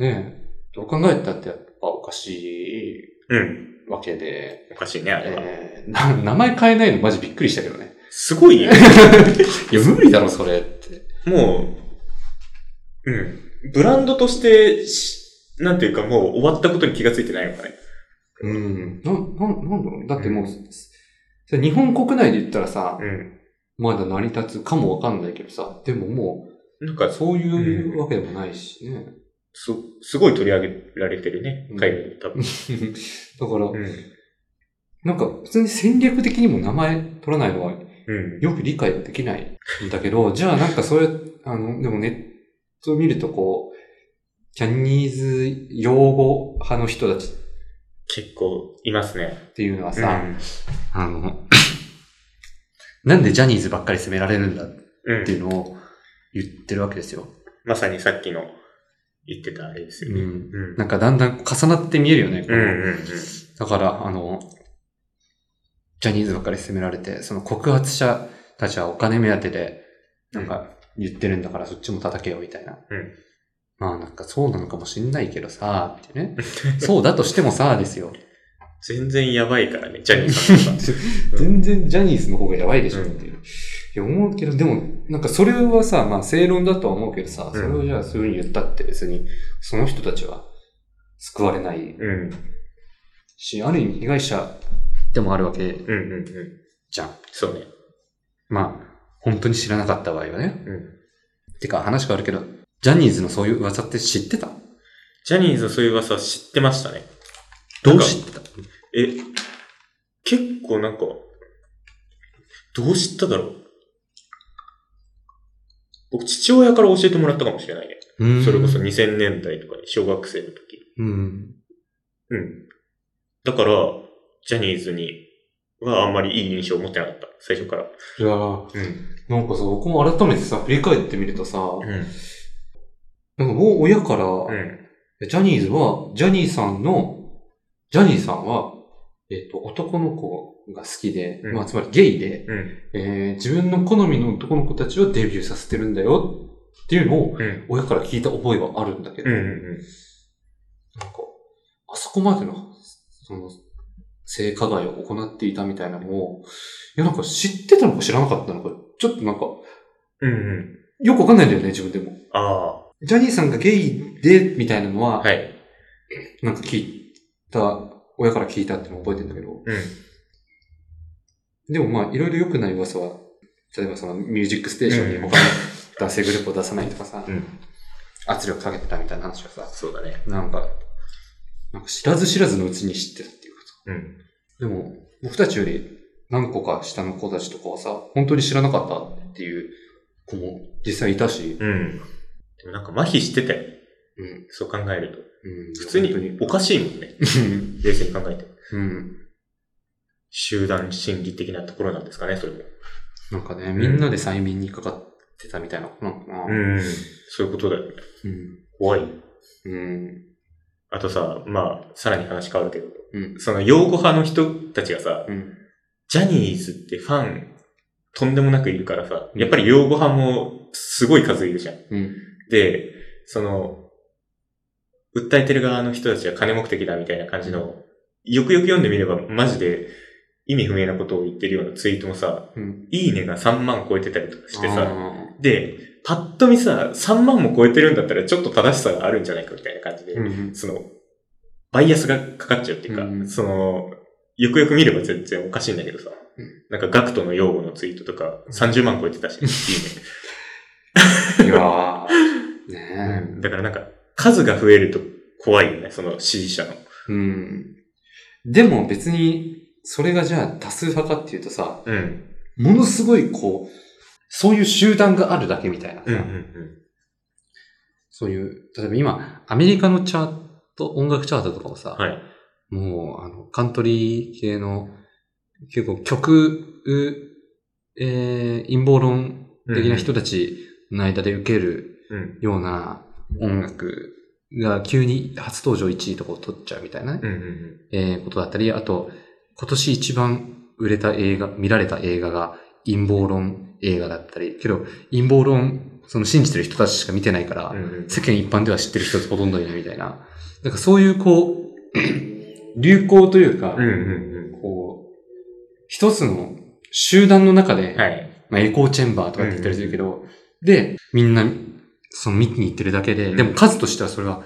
B: え、どう考えたってやっぱおかし
C: うん。
B: いわけで、
C: おかしいね、あれは。
B: えーな名前変えないのマジびっくりしたけどね。
C: すごいよ。
B: いや、無理だろ、それって。
C: もう、うん。ブランドとしてし、なんていうかもう終わったことに気がついてないのかね。
B: うん。な、な、なんだろうだってもう、それ日本国内で言ったらさ、
C: う
B: まだ成り立つかもわかんないけどさ、でもも
C: ん。なんか
B: う、、そういうわけでもないし ね。
C: す、すごい取り上げられてるね
B: うん。
C: 海外で多分。
B: だから、
C: うん。
B: なんか普通に戦略的にも名前取らないのは
C: うん。
B: よく理解ができないんだけど、じゃあなんかそれ、あの、でもネットを見るとこう、キャニーズ用語派の人たち
C: 結構、いますね。
B: っていうのは
C: う
B: さ、
C: ん。
B: あの、 なんでジャニーズばっかり責められるんだっ
C: うん
B: ていうのを言ってるわけですよ。
C: まさにさっきの言ってたあれですよね。
B: うん
C: うん。
B: なんかだんだん重なって見えるよね。こ
C: う
B: の
C: んうんうん。
B: だから、あの、ジャニーズばっかり責められて、その告発者たちはお金目当てで、なんか言ってるんだからそっちも叩けよみたいな。
C: うん
B: まあなんかそうなのかもしんないけどさ、っ てね。そうだとしてもさ、ですよ。
C: 全然やばいからね、ジャニーさんとか。
B: 全然ジャニーズの方がやばいでしょっていう。いや思うけど、でも、なんかそれはさ、まあ正論だとは思うけどさ、
C: うん
B: それをじゃあそういうふうに言ったって別に、その人たちは救われない
C: うん。
B: し、ある意味被害者でもあるわけ
C: うんうんうん。
B: じゃん。
C: そうね。
B: まあ、本当に知らなかった場合はね。
C: うん。
B: てか話変わるけど、ジャニーズのそういう噂って知ってた
C: ジャニーズのそういう噂は知ってましたね。
B: どう知ってた
C: え、結構なんか、どう知っただろう僕、父親から教えてもらったかもしれないね。
B: うん
C: それこそ。2000年代とかに、小学生の時。
B: うん。
C: うん。だから、ジャニーズにはあんまりいい印象を持ってなかった。最初から。
B: いやー
C: うん。
B: なんかさ、僕も改めてさ、振り返ってみるとさ、
C: うん。
B: なんかもう親から、
C: うん。
B: ジャニーズは、ジャニーさんの、ジャニーさんは、えっ、と、男の子が好きで、
C: うん
B: まあ、つまりゲイで、
C: うん。
B: えー自分の好みの男の子たちをデビューさせてるんだよっていうのを、
C: うん。
B: 親から聞いた覚えはあるんだけど、
C: うん。うん。
B: なんか、あそこまでの、その、性加害を行っていたみたいなのを、いや、なんか知ってたのか知らなかったのか、ちょっとなんか、
C: うん。うん。
B: よくわかんないんだよね、自分でも。
C: あ
B: ジャニーさんがゲイで、みたいなの
C: あ。
B: は、
C: はい。
B: なんか聞いた、親から聞いたっていうのを覚えてんだけど、
C: うん。
B: でもまあ、いろいろ良くない噂は、例えばその、ミュージックステーションに他の男性グループを出さないとかさ、
C: うん
B: 圧力かけてたみたいな話はさ、
C: そうだね。
B: なんか、なんか知らず知らずのうちに知ってたっていうか
C: うん。
B: でも、僕たちより何個か下の子たちとかはさ、本当に知らなかったっていう子も実際いたし、
C: うん。でもなんか麻痺してたよね。
B: うん。
C: そう考えると。
B: うん、
C: 普通
B: 本
C: におかしいもんね。
B: 当に。
C: 冷静に考えて。
B: うん。
C: 集団心理的なところなんですかね、それも。
B: なんかね、みんなで催眠にかかってたみたいなことなのかな。
C: ん。そういうことだよね。
B: うん。
C: 怖い。
B: うん。
C: あとさ、まあ、さらに話変わるけど、
B: うん。
C: その擁護派の人たちがさ、
B: うん。
C: ジャニーズってファン、とんでもなくいるからさ、やっぱり擁護派もすごい数いるじゃん。
B: うん。
C: で、その、訴えてる側の人たちは金目的だみたいな感じの、よくよく読んでみればマジで意味不明なことを言ってるようなツイートもさ、
B: うん。
C: いいねが3万超えてたりとかしてさ、
B: あ
C: で、パッと見さ、3万も超えてるんだったらちょっと正しさがあるんじゃないかみたいな感じで、
B: ーうん。
C: その、バイアスがかかっちゃうっていうか、
B: うん
C: その、よくよく見れば全然おかしいんだけどさ、
B: うん
C: なんかガクトの用語のツイートとか30万超えて たし、いいね。
B: いやー。ね
C: だからなんか、数が増えると怖いよね、その支持者の。
B: え。うん。でも別に、それがじゃあ多数派かっていうとさ、
C: うん。
B: ものすごいこう、そういう集団があるだけみたいなさ、
C: うんうんうん。
B: そういう、例えば今、アメリカのチャート、音楽チャートとかもさ、
C: はい。
B: もう、あの、カントリー系の、結構曲、うえー、陰謀論的な人たちの間で受ける
C: うん。
B: ような音楽が急に初登場1位とかを取っちゃうみたいな、
C: うんうんうん。
B: えーことだったり、あと、今年一番売れた映画、見られた映画が陰謀論映画だったり、けど、陰謀論、その信じてる人たちしか見てないから、
C: うんうん
B: 世間一般では知ってる人ほとんどいないみたいな。なんかそういうこう、 流行というか、
C: うんうん
B: こう、一つの集団の中で、
C: うん。はい。
B: まあ、エコーチェンバーとかって言ったりするけど、で、みんな、その見に行ってるだけで、
C: うん
B: でも数としてはそれは、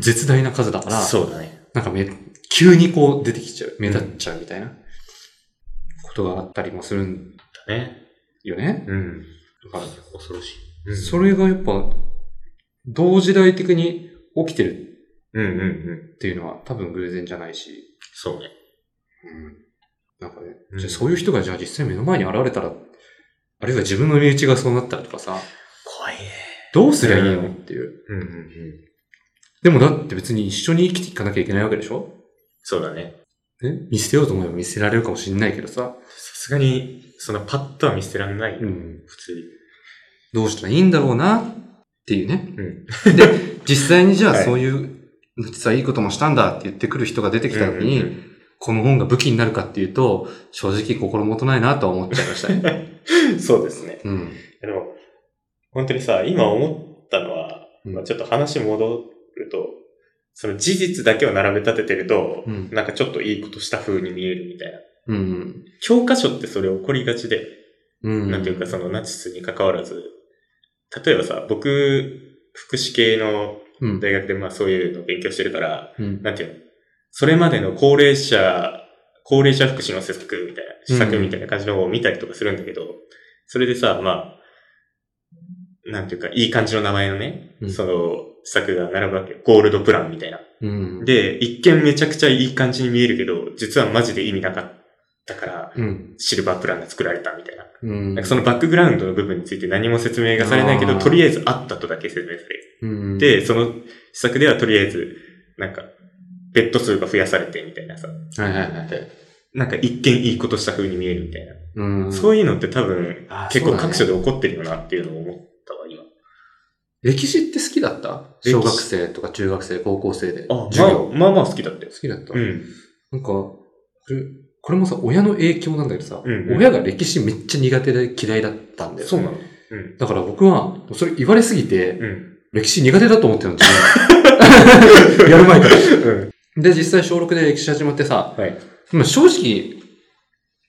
B: 絶大な数だから、
C: そうだね。
B: なんかめ、急にこう出てきちゃう、目立っちゃうみたいな、ことがあったりもするん
C: だね。
B: よね。
C: うん。
B: だから
C: 恐ろしい。
B: それがやっぱ、同時代的に起きてる
C: うんうんうん。
B: っていうのは多分偶然じゃないし、
C: そうね。
B: うん。なんかね、
C: うん
B: じゃあそういう人がじゃあ実際目の前に現れたら、あるいは自分の身内がそうなったらとかさ、
C: 怖いね。
B: どうすりゃいいのっていう。
C: うんうんうん。
B: でもだって別に一緒に生きていかなきゃいけないわけでしょ
C: そうだね。
B: ね見捨てようと思えば見捨てられるかもしんないけどさ、
C: さすがに、そのパッとは見捨てられないよ。
B: うん。
C: 普通に。
B: どうしたらいいんだろうなっていうね。
C: うん。
B: で、実際にじゃあ
C: はい
B: そういう、実はいいこともしたんだって言ってくる人が出てきた時に、
C: うんうん
B: この本が武器になるかっていうと、正直心もとないなとは思っちゃいましたね。
C: うんそうですね。
B: うん。
C: でも、本当にさ、今思ったのは、
B: うん
C: まあ、ちょっと話戻ると、その事実だけを並べ立ててると、
B: うん
C: なんかちょっといいことした風に見えるみたいな。
B: うん。
C: 教科書ってそれ起こりがちで、
B: うん。
C: なんていうかそのナチスに関わらず、例えばさ、僕、福祉系の
B: うん。
C: 大学でまあそういうの勉強してるから、
B: うん、
C: なんていうのそれまでの高齢者、高齢者福祉の施策みたいな、施策みたいな感じの方を見たりとかするんだけど、それでさ、まあ、なんていうか、いい感じの名前のね、
B: うん
C: その、施策が並ぶわけよ。ゴールドプランみたいな。
B: うん。
C: で、一見めちゃくちゃいい感じに見えるけど、実はマジで意味なかったから、
B: うん。
C: シルバープランが作られたみたいな。
B: うん。
C: なんかそのバックグラウンドの部分について何も説明がされないけ
B: あ
C: ど、
B: ー
C: とりあえずあったとだけ説明され
B: うん、
C: で、その施策ではとりあえず、なんか、ベッド数が増やされてみたいなさ、
B: はいはいはい。
C: なんか一見いいことした風に見えるみたいな。
B: うん。
C: そういうのって多分
B: あ、
C: 結構
B: そうだね
C: 各所で起こってるよなっていうのを思ったわ、今。
B: 歴史って好きだった
C: 歴史
B: 小学生とか中学生、高校生で。授
C: あ
B: 業。、
C: まあ、まあまあ好きだったよ
B: 好。きだった、
C: うん。
B: なんか、これ、これもさ、親の影響なんだけどさ、
C: うんうん
B: 親が歴史めっちゃ苦手で嫌いだったんだよ。
C: そうなのうん。
B: だから僕は、それ言われすぎて、
C: うん。
B: 歴史苦手だと思ってたの、自 分やる前から。
C: うん。
B: で、実際小6で歴史始まってさ、
C: はい。
B: まあ正直、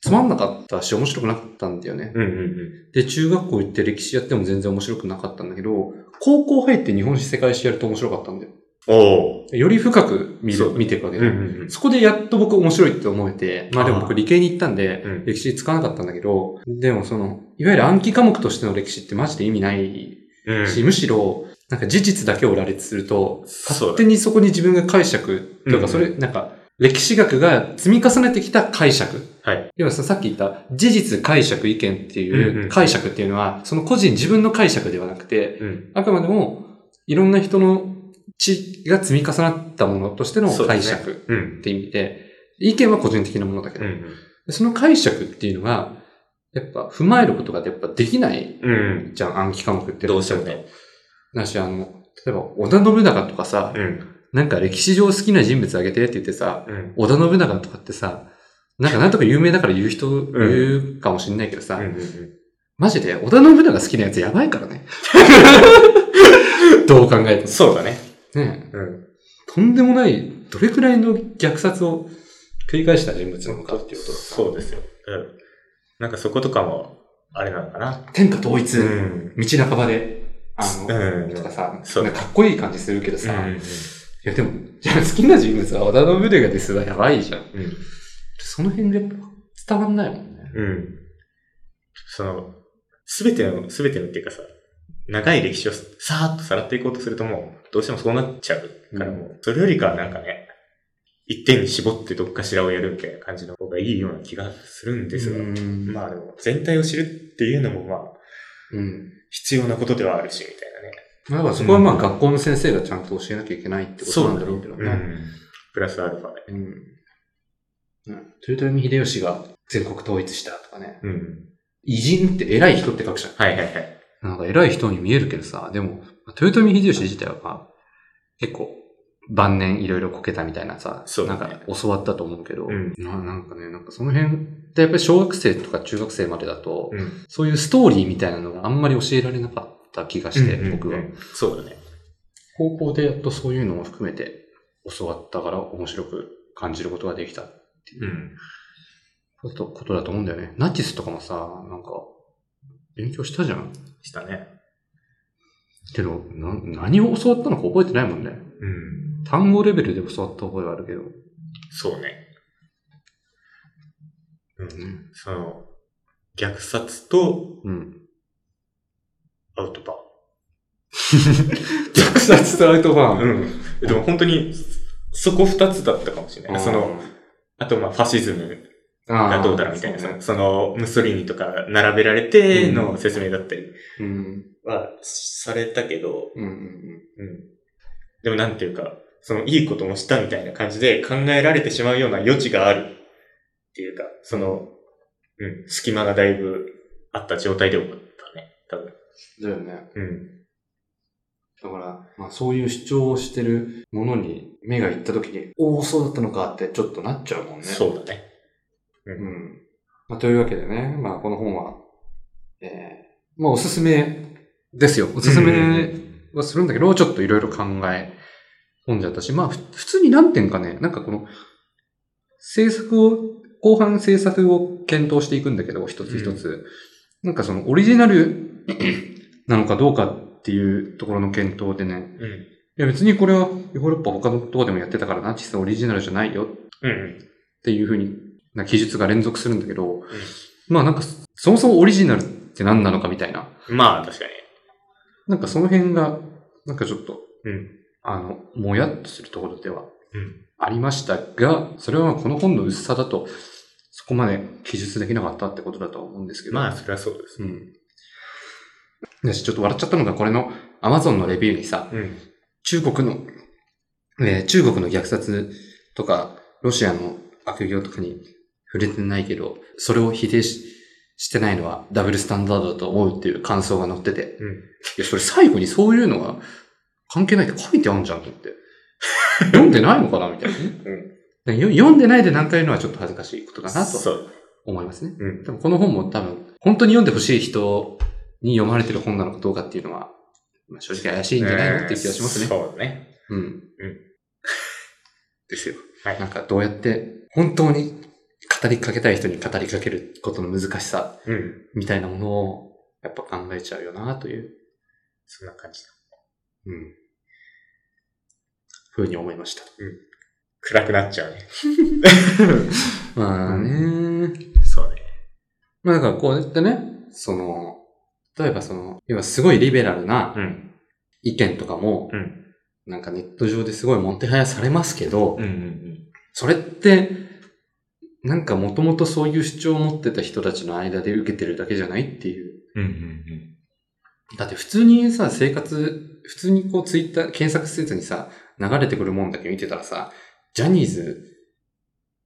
B: つまんなかったし、面白くなかったんだよね。
C: うんうん
B: で、中学校行って歴史やっても全然面白くなかったんだけど、高校入って日本史世界史やると面白かったんだよ。
C: うん。おー。
B: より深く見
C: そ
B: る
C: う
B: 見ていくわけ
C: うん
B: で、
C: うん
B: そこでやっと僕面白いって思えて、まあでも
C: あ
B: 僕
C: ー
B: 理系に行ったんで、
C: うん
B: 歴史つかなかったんだけど、でもその、いわゆる暗記科目としての歴史ってマジで意味ない
C: うん。うん。
B: し、むしろ、なんか事実だけを羅列すると、
C: そう
B: 勝手にそこに自分が解釈、という
C: うん
B: かそれ、なんか、歴史学が積み重ねてきた解釈。
C: はい。
B: 要はささっき言った、事実解釈意見って
C: うん
B: いううん解釈っていうのは、その個人自分の解釈ではなくて、
C: うん。
B: あくまでも、いろんな人の知が積み重なったものとしての解釈っ
C: うん。
B: て意味で、意見は個人的なものだけ
C: う
B: ど、
C: ん。
B: その解釈っていうのが、やっぱ踏まえることがやっぱできない
C: うん。
B: じゃん、暗記科目って。
C: どうしてもね。
B: だし、あの、例えば、織田信長とかさ、
C: うん。
B: なんか歴史上好きな人物あげてって言ってさ、
C: うん。
B: 織田信長とかってさ、なんかなんとか有名だから言う人、言うかもしんないけどさ、
C: うんうんうん。
B: マジで織田信長好きなやつやばいか らね。どう考えて
C: そうだね。
B: も。ね
C: うん。
B: とんでもない、どれくらいの虐殺を繰り返した人物なのかっていうこと
C: そうですよ。うん。なんかそことかも、あれなのかな。
B: 天下統一、
C: うん。
B: 道半ばで、あの、
C: うん
B: とかさ、
C: そう
B: なんかかっこいい感じするけどさ、
C: うん
B: いやでも、じゃあ好きな人物は織田信長ですはやばいじゃん。
C: うん。
B: その辺で伝わんないもんね。
C: うん。その、すべての、すべてのっていうかさ、長い歴史をさーっとさらっていこうとするともう、どうしてもそうなっちゃうからもう、それよりかはなんかね、一点に絞ってどっかしらをやるみたいな感じの方がいいような気がするんですが、
B: うん。
C: まあでも、全体を知るっていうのもまあ、
B: うん。
C: 必要なことではあるし、みたいなね。
B: まあ、そこはまあ学校の先生がちゃんと教えなきゃいけないってことなんだろうけど
C: う
B: ね。
C: ん。プラスアルファで。
B: うん。うん豊臣秀吉が全国統一したとかね。
C: うん。
B: 偉人って偉い人って書くじゃん。
C: はいはいはい。
B: なんか偉い人に見えるけどさ、でも、豊臣秀吉自体はまあ、結構、晩年いろいろこけたみたいなさ、
C: そう
B: な
C: だ
B: ん
C: ね
B: か教わったと思うけど、
C: うん
B: ななんかね、なんかその辺ってやっぱり小学生とか中学生までだと、
C: うん。
B: そういうストーリーみたいなのがあんまり教えられなかった気がして、
C: うん
B: 僕は
C: うん。うんそうだね。。
B: 高校でやっとそういうのも含めて教わったから面白く感じることができたっていううんことことだと思うんだよね。ナチスとかもさ、なんか、勉強したじゃん。
C: したね。
B: けど、な、何を教わったのか覚えてないもんね。
C: うん。
B: 単語レベルで教わった覚えはあるけど。
C: そうね。うん。その、虐殺と
B: うん。
C: アウトバ
B: 虐殺とアウトバ
C: ーン。うん。でも本当に、そこ二つだったかもしれない。その、、あとまあファシズム
B: あ
C: が
B: ー
C: どうだろうみたいな、
B: そ
C: そう
B: ね
C: のその、ムッソリーニとか並べられての説明だったり
B: うん。
C: はされたけど、
B: うんうん
C: うん。でもなんていうか、その、いいこともしたみたいな感じで考えられてしまうような余地があるっていうか、その、うん、隙間がだいぶあった状態で起こったね、多分。
B: うん。だよね。
C: うん。
B: だから、まあそういう主張をしてるものに目が行った時に、おお、そうだったのかってちょっとなっちゃうもんね。
C: そうだね。
B: うん。まあ、というわけでね、まあ、この本は、えー、まあ、おすすめですよ。おすすめはするんだけど、ちょっといろいろ考え込んじゃったし、まあ、ふ普通に何点かね、なんかこの、制作を、後半制作を検討していくんだけど、一つ一つ。なんかその、オリジナル なのかどうかっていうところの検討でね、
C: うん。
B: いや別にこれはヨーロッパ他のとこでもやってたからナチスオリジナルじゃないよ
C: うんうん。
B: っていうふうにな記述が連続するんだけど、まあなんかそそもそもオリジナルって何なのかみたいな、
C: まあ、確かに。
B: なんかその辺が、なんかちょっと、
C: うん
B: あの、もやっとするところでは
C: うん
B: ありましたが、それはまあこの本の薄さだと、そこまで記述できなかったってことだとは思うんですけど。
C: まあ、それはそうです
B: う。ん。だし、ちょっと笑っちゃったのが、これの Amazon のレビューにさ、
C: うん。
B: 中国の、えー中国の虐殺とか、ロシアの悪行とかに触れてないけど、それを否定ししてないのはダブルスタンダードだと思うっていう感想が載ってて、
C: うん。
B: いや、それ最後にそういうのが関係ないって書いてあるじゃんと思って。 読んでないのかなみたいなね。うん。読んでないで何回言うのはちょっと恥ずかしいことだなと
C: そう。
B: 思いますね。
C: うん。
B: でもこの本も多分、本当に読んでほしい人に読まれてる本なのかどうかっていうのは、まあ、正直怪しいんじゃないのっていう気がしますね。
C: そうだね。
B: うん。
C: うん
B: ですよ。
C: はい
B: なんかどうやって、本当に語りかけたい人に語りかけることの難しさ
C: うん。
B: みたいなものを、やっぱ考えちゃうよなという、
C: そんな感じだ。
B: うん。ふうに思いました。
C: 暗くなっちゃうね。
B: まあね、
C: そうね。
B: まあだからこうやってね、その、例えばその、要はすごいリベラルな
C: うん。
B: 意見とかも、
C: うん。
B: なんかネット上ですごいもてはやされますけど、
C: うんうん
B: それって、なんかもともとそういう主張を持ってた人たちの間で受けてるだけじゃないっていう。
C: うん。うんうん
B: だって普通にさ、生活、普通にこうツイッター検索せずにさ、流れてくるもんだけ見てたらさ、ジャニーズ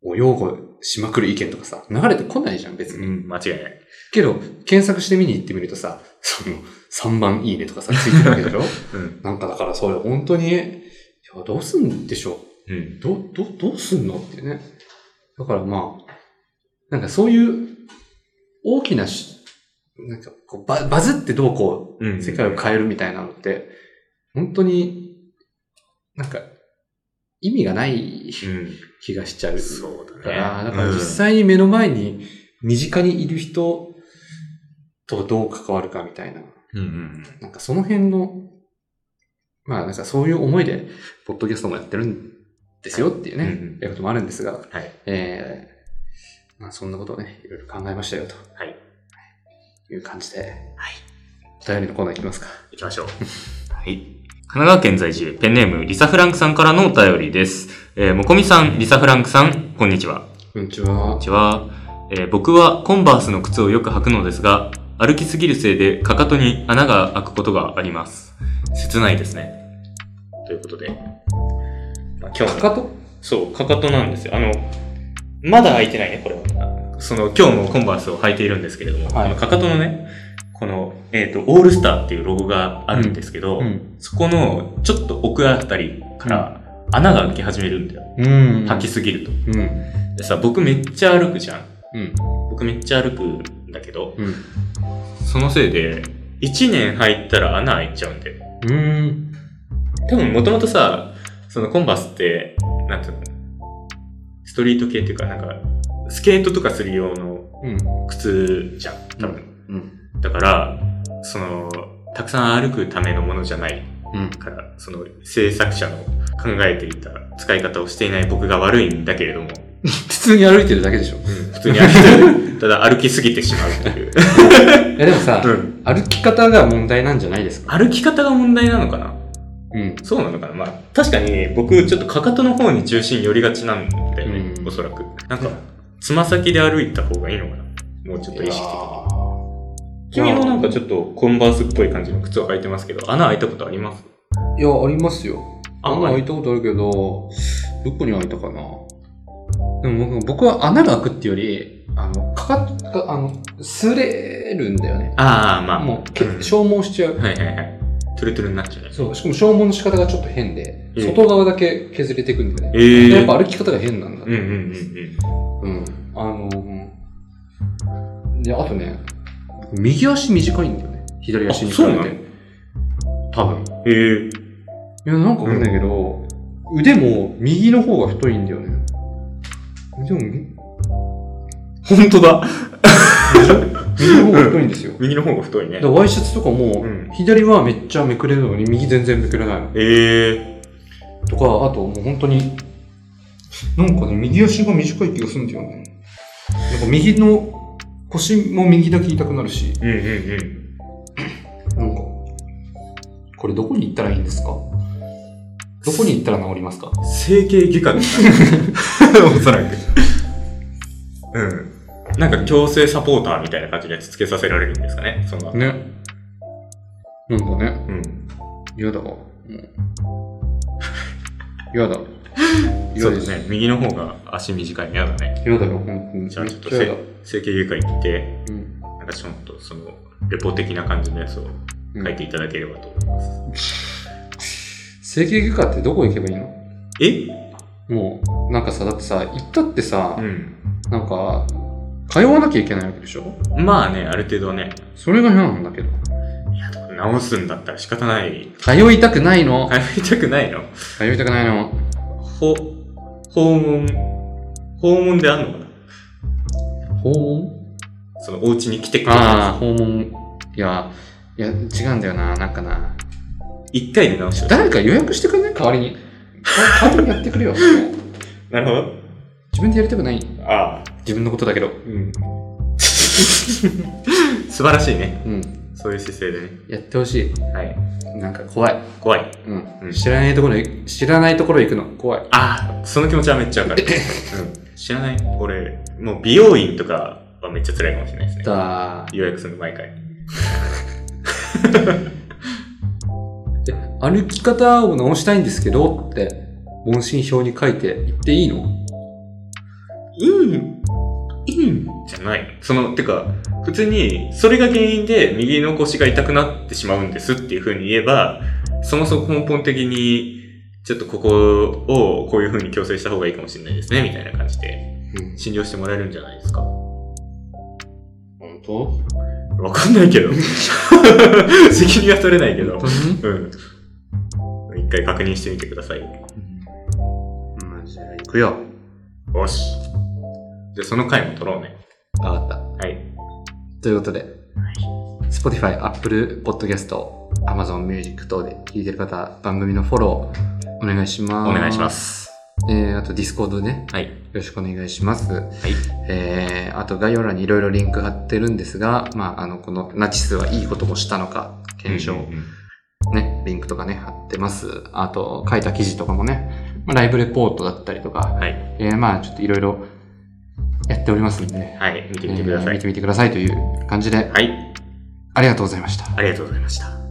B: を擁護しまくる意見とかさ、流れてこないじゃん別
C: う
B: に。
C: ん。うん、間違いない。
B: けど、検索して見に行ってみるとさ、その3番いいねとかさ、ついてるわけ でしょ
C: うん。
B: なんかだからそれ本当に、いや、どうすんでしょう
C: うん。
B: ど、ど、どうすんのっていうね。だからまあ、なんかそういう大きなし、なんかこうババズってどうこ
C: う
B: う、世界を変えるみたいなのって、本当に、なんか、意味がない
C: うん。
B: 気がしちゃう。
C: そうだね。
B: から、だから実際に目の前に、身近にいる人とどう関わるかみたいな。
C: うんうん
B: なんかその辺の、まあなんかそういう思いで、ポッドキャストもやってるんですよっていうね、
C: うんうん
B: いうこともあるんですが、
C: はい
B: えーまあ、そんなことをね、いろいろ考えましたよと
C: はい。
B: いう感じで、お便りのコーナーいきますか。
C: 行きましょう。はい。神奈川県在住、ペンネーム、リサ・フランクさんからのお便りです。えー、もこみさん、リサ・フランクさん、こんにちは。
B: こんにち
C: こん
B: は
C: に。ちは、えー僕はコンバースの靴をよく履くのですが歩きすぎるせいでかかとに穴が開くことがあります切ないですねということで、まあ、今
B: か
C: 日も
B: かと
C: そうかかとなんですよあのまだ開いてないねこれはその今日もコンバースを履いているんですけれども、
B: はい
C: このかかとのねこの、えっとオールスターっていうロゴがあるんですけど、
B: うん。
C: そこのちょっと奥あたりから穴が開き始めるんだよ、
B: うん
C: 履きすぎると
B: うん。
C: でさ僕めっちゃ歩くじゃん
B: うん。
C: 僕めっちゃ歩くんだけど、
B: うん。
C: そのせいで、1年入ったら穴開いちゃうんだよ。
B: うん。
C: 多分もともとさ、そのコンバースって、なんていうのストリート系っていうか、なんか、スケートとかする用の
B: うん。
C: 靴じゃん、多分。
B: うん。
C: だから、その、たくさん歩くためのものじゃない
B: うん。
C: から、その、制作者の考えていた使い方をしていない僕が悪いんだけれども、
B: 普通に歩いてるだけでしょ。
C: 普通に歩いてる、ただ歩きすぎてしまうという。
B: いやでもさ、
C: うん
B: 歩き方が問題なんじゃないですか
C: 歩き方が問題なのかな
B: うん。
C: そうなのかなまあ、確かに僕、ちょっとかかとの方に重心寄りがちなんだよね、
B: うん
C: おそらく。なんか、つま先で歩いた方がいいのかなもうちょっと意識的に。君もなんかちょっとコンバースっぽい感じの靴を履いてますけど、穴開いたことあります
B: いや、ありますよ。
C: あ
B: 穴開いたことあるけど、どこに開いたかなでも僕僕は穴が開くっていうより、あの、かかっか、あの、擦れるんだよね。
C: ああ、まあ。
B: もう、け
C: うん
B: 消耗しちゃう。
C: はいはいはい。トゥルトゥルになっちゃうね。
B: そう、しかも消耗の仕方がちょっと変で、
C: ええ
B: 外側だけ削れていくんだよね。
C: ええー。
B: やっぱ歩き方が変なんだ。
C: うんうんうんうん。
B: うん。あのうんで、あとね、右足短いんだよね。左足に比べ
C: あそうな
B: て。多分。
C: ええー。
B: いや、なんかわかんないけど、腕も右の方が太いんだよね。腕も右
C: 本当だ。
B: 右の方が太い んですよ。
C: 右の方が太いね
B: だか。らワイシャツとかも、
C: うん
B: 左はめっちゃめくれるのに右全然めくれないの。
C: ええ
B: とか、あともう本当に、なんかね、右足が短い気がするんだよね。なんか右の、腰も右だけ痛くなるし、
C: ー。うんうんうん。
B: なんか、これどこに行ったらいいんですかどこに行ったら治りますか
C: 整形外科みたい な。おそらく。うん。なんか強制サポーターみたいな感じのやつつけさせられるんですかね、その。
B: ね。なんかね。
C: うん。
B: 嫌だわ。もう嫌 だ。
C: そ
B: 嫌
C: う
B: で
C: です
B: す。
C: ね。右の方が足短いの嫌だね。
B: 嫌だよ、本当に。めっ
C: じゃあちょっと
B: ちゃ嫌だ。
C: 整形外科行って、
B: うん。
C: なんかちょっとその、レポ的な感じのやつを
B: うん
C: 書いていただければと思います。
B: 整形外科ってどこ行けばいいの
C: え
B: もう、なんかさ、だってさ、行ったってさ
C: う、ん。
B: なんか、通わなきゃいけないわけでしょ
C: まあね、ある程度ね、
B: それが嫌なんだけど。
C: 直すんだったら仕方ない。
B: 通いたくないの
C: 通いたくないの
B: 通いたくないの
C: ほ、訪問、訪問であんのかな
B: 訪問
C: そのお家に来てくれる
B: ああ、訪問。いや、いや、違うんだよな、なんかな。
C: 一回で直して
B: 誰か予約してくれない代わりに。代わりにやってくれよ。もう
C: なるほど。
B: 自分でやりたくない。
C: ああ、
B: 自分のことだけど。
C: うん。 素晴らしいね。
B: うん。
C: そういう姿勢でね。
B: やってほしい。
C: はい。
B: なんか怖い。
C: 怖い。
B: うん。
C: うん
B: 知らないところへ、知らないところへ行くの怖い。
C: ああ、その気持ちはめっちゃ わかる。うん。知らない。俺、もう美容院とかはめっちゃ辛いかもしれないですね。
B: だ
C: 予約するの毎回。
B: 歩き方を直したいんですけどって、問診票に書いて言っていいの
C: いいん、いいんじゃないその、てか、普通に、それが原因で右の腰が痛くなってしまうんですっていう風に言えば、そもそも根本的に、ちょっとここをこういう風に矯正した方がいいかもしれないですね、みたいな感じで。
B: うん。
C: 診療してもらえるんじゃないですか
B: 本当
C: わかんないけど。 責任は取れないけど
B: 本。当に
C: うん。一回確認してみてください。よ
B: うん。じゃあ行くよ。
C: し。じゃあその回も取ろうね。
B: わかった。
C: はい。
B: ということで、Spotify、Apple Podcast、Amazon Music 等で聞いてる方、番組のフォロー、お願いします。。
C: お願いします
B: えー、あとディスコードね、
C: はい。。
B: よろしくお願いします。はいえー、あと概要欄にいろいろリンク貼ってるんですが、まあ、あの、このナチスはいいことをしたのか、検証、
C: うんうんうん
B: ね、リンクとかね、貼ってます。あと、書いた記事とかもね、まあ、ライブレポートだったりとか、
C: はい。
B: えー、まあ、ちょっといろいろやっておりますんでね、
C: はい。見てみてくださ
B: えー
C: い。
B: 見てみてくださいという感じで、
C: はい。
B: ありがとうございました。
C: ありがとうございました。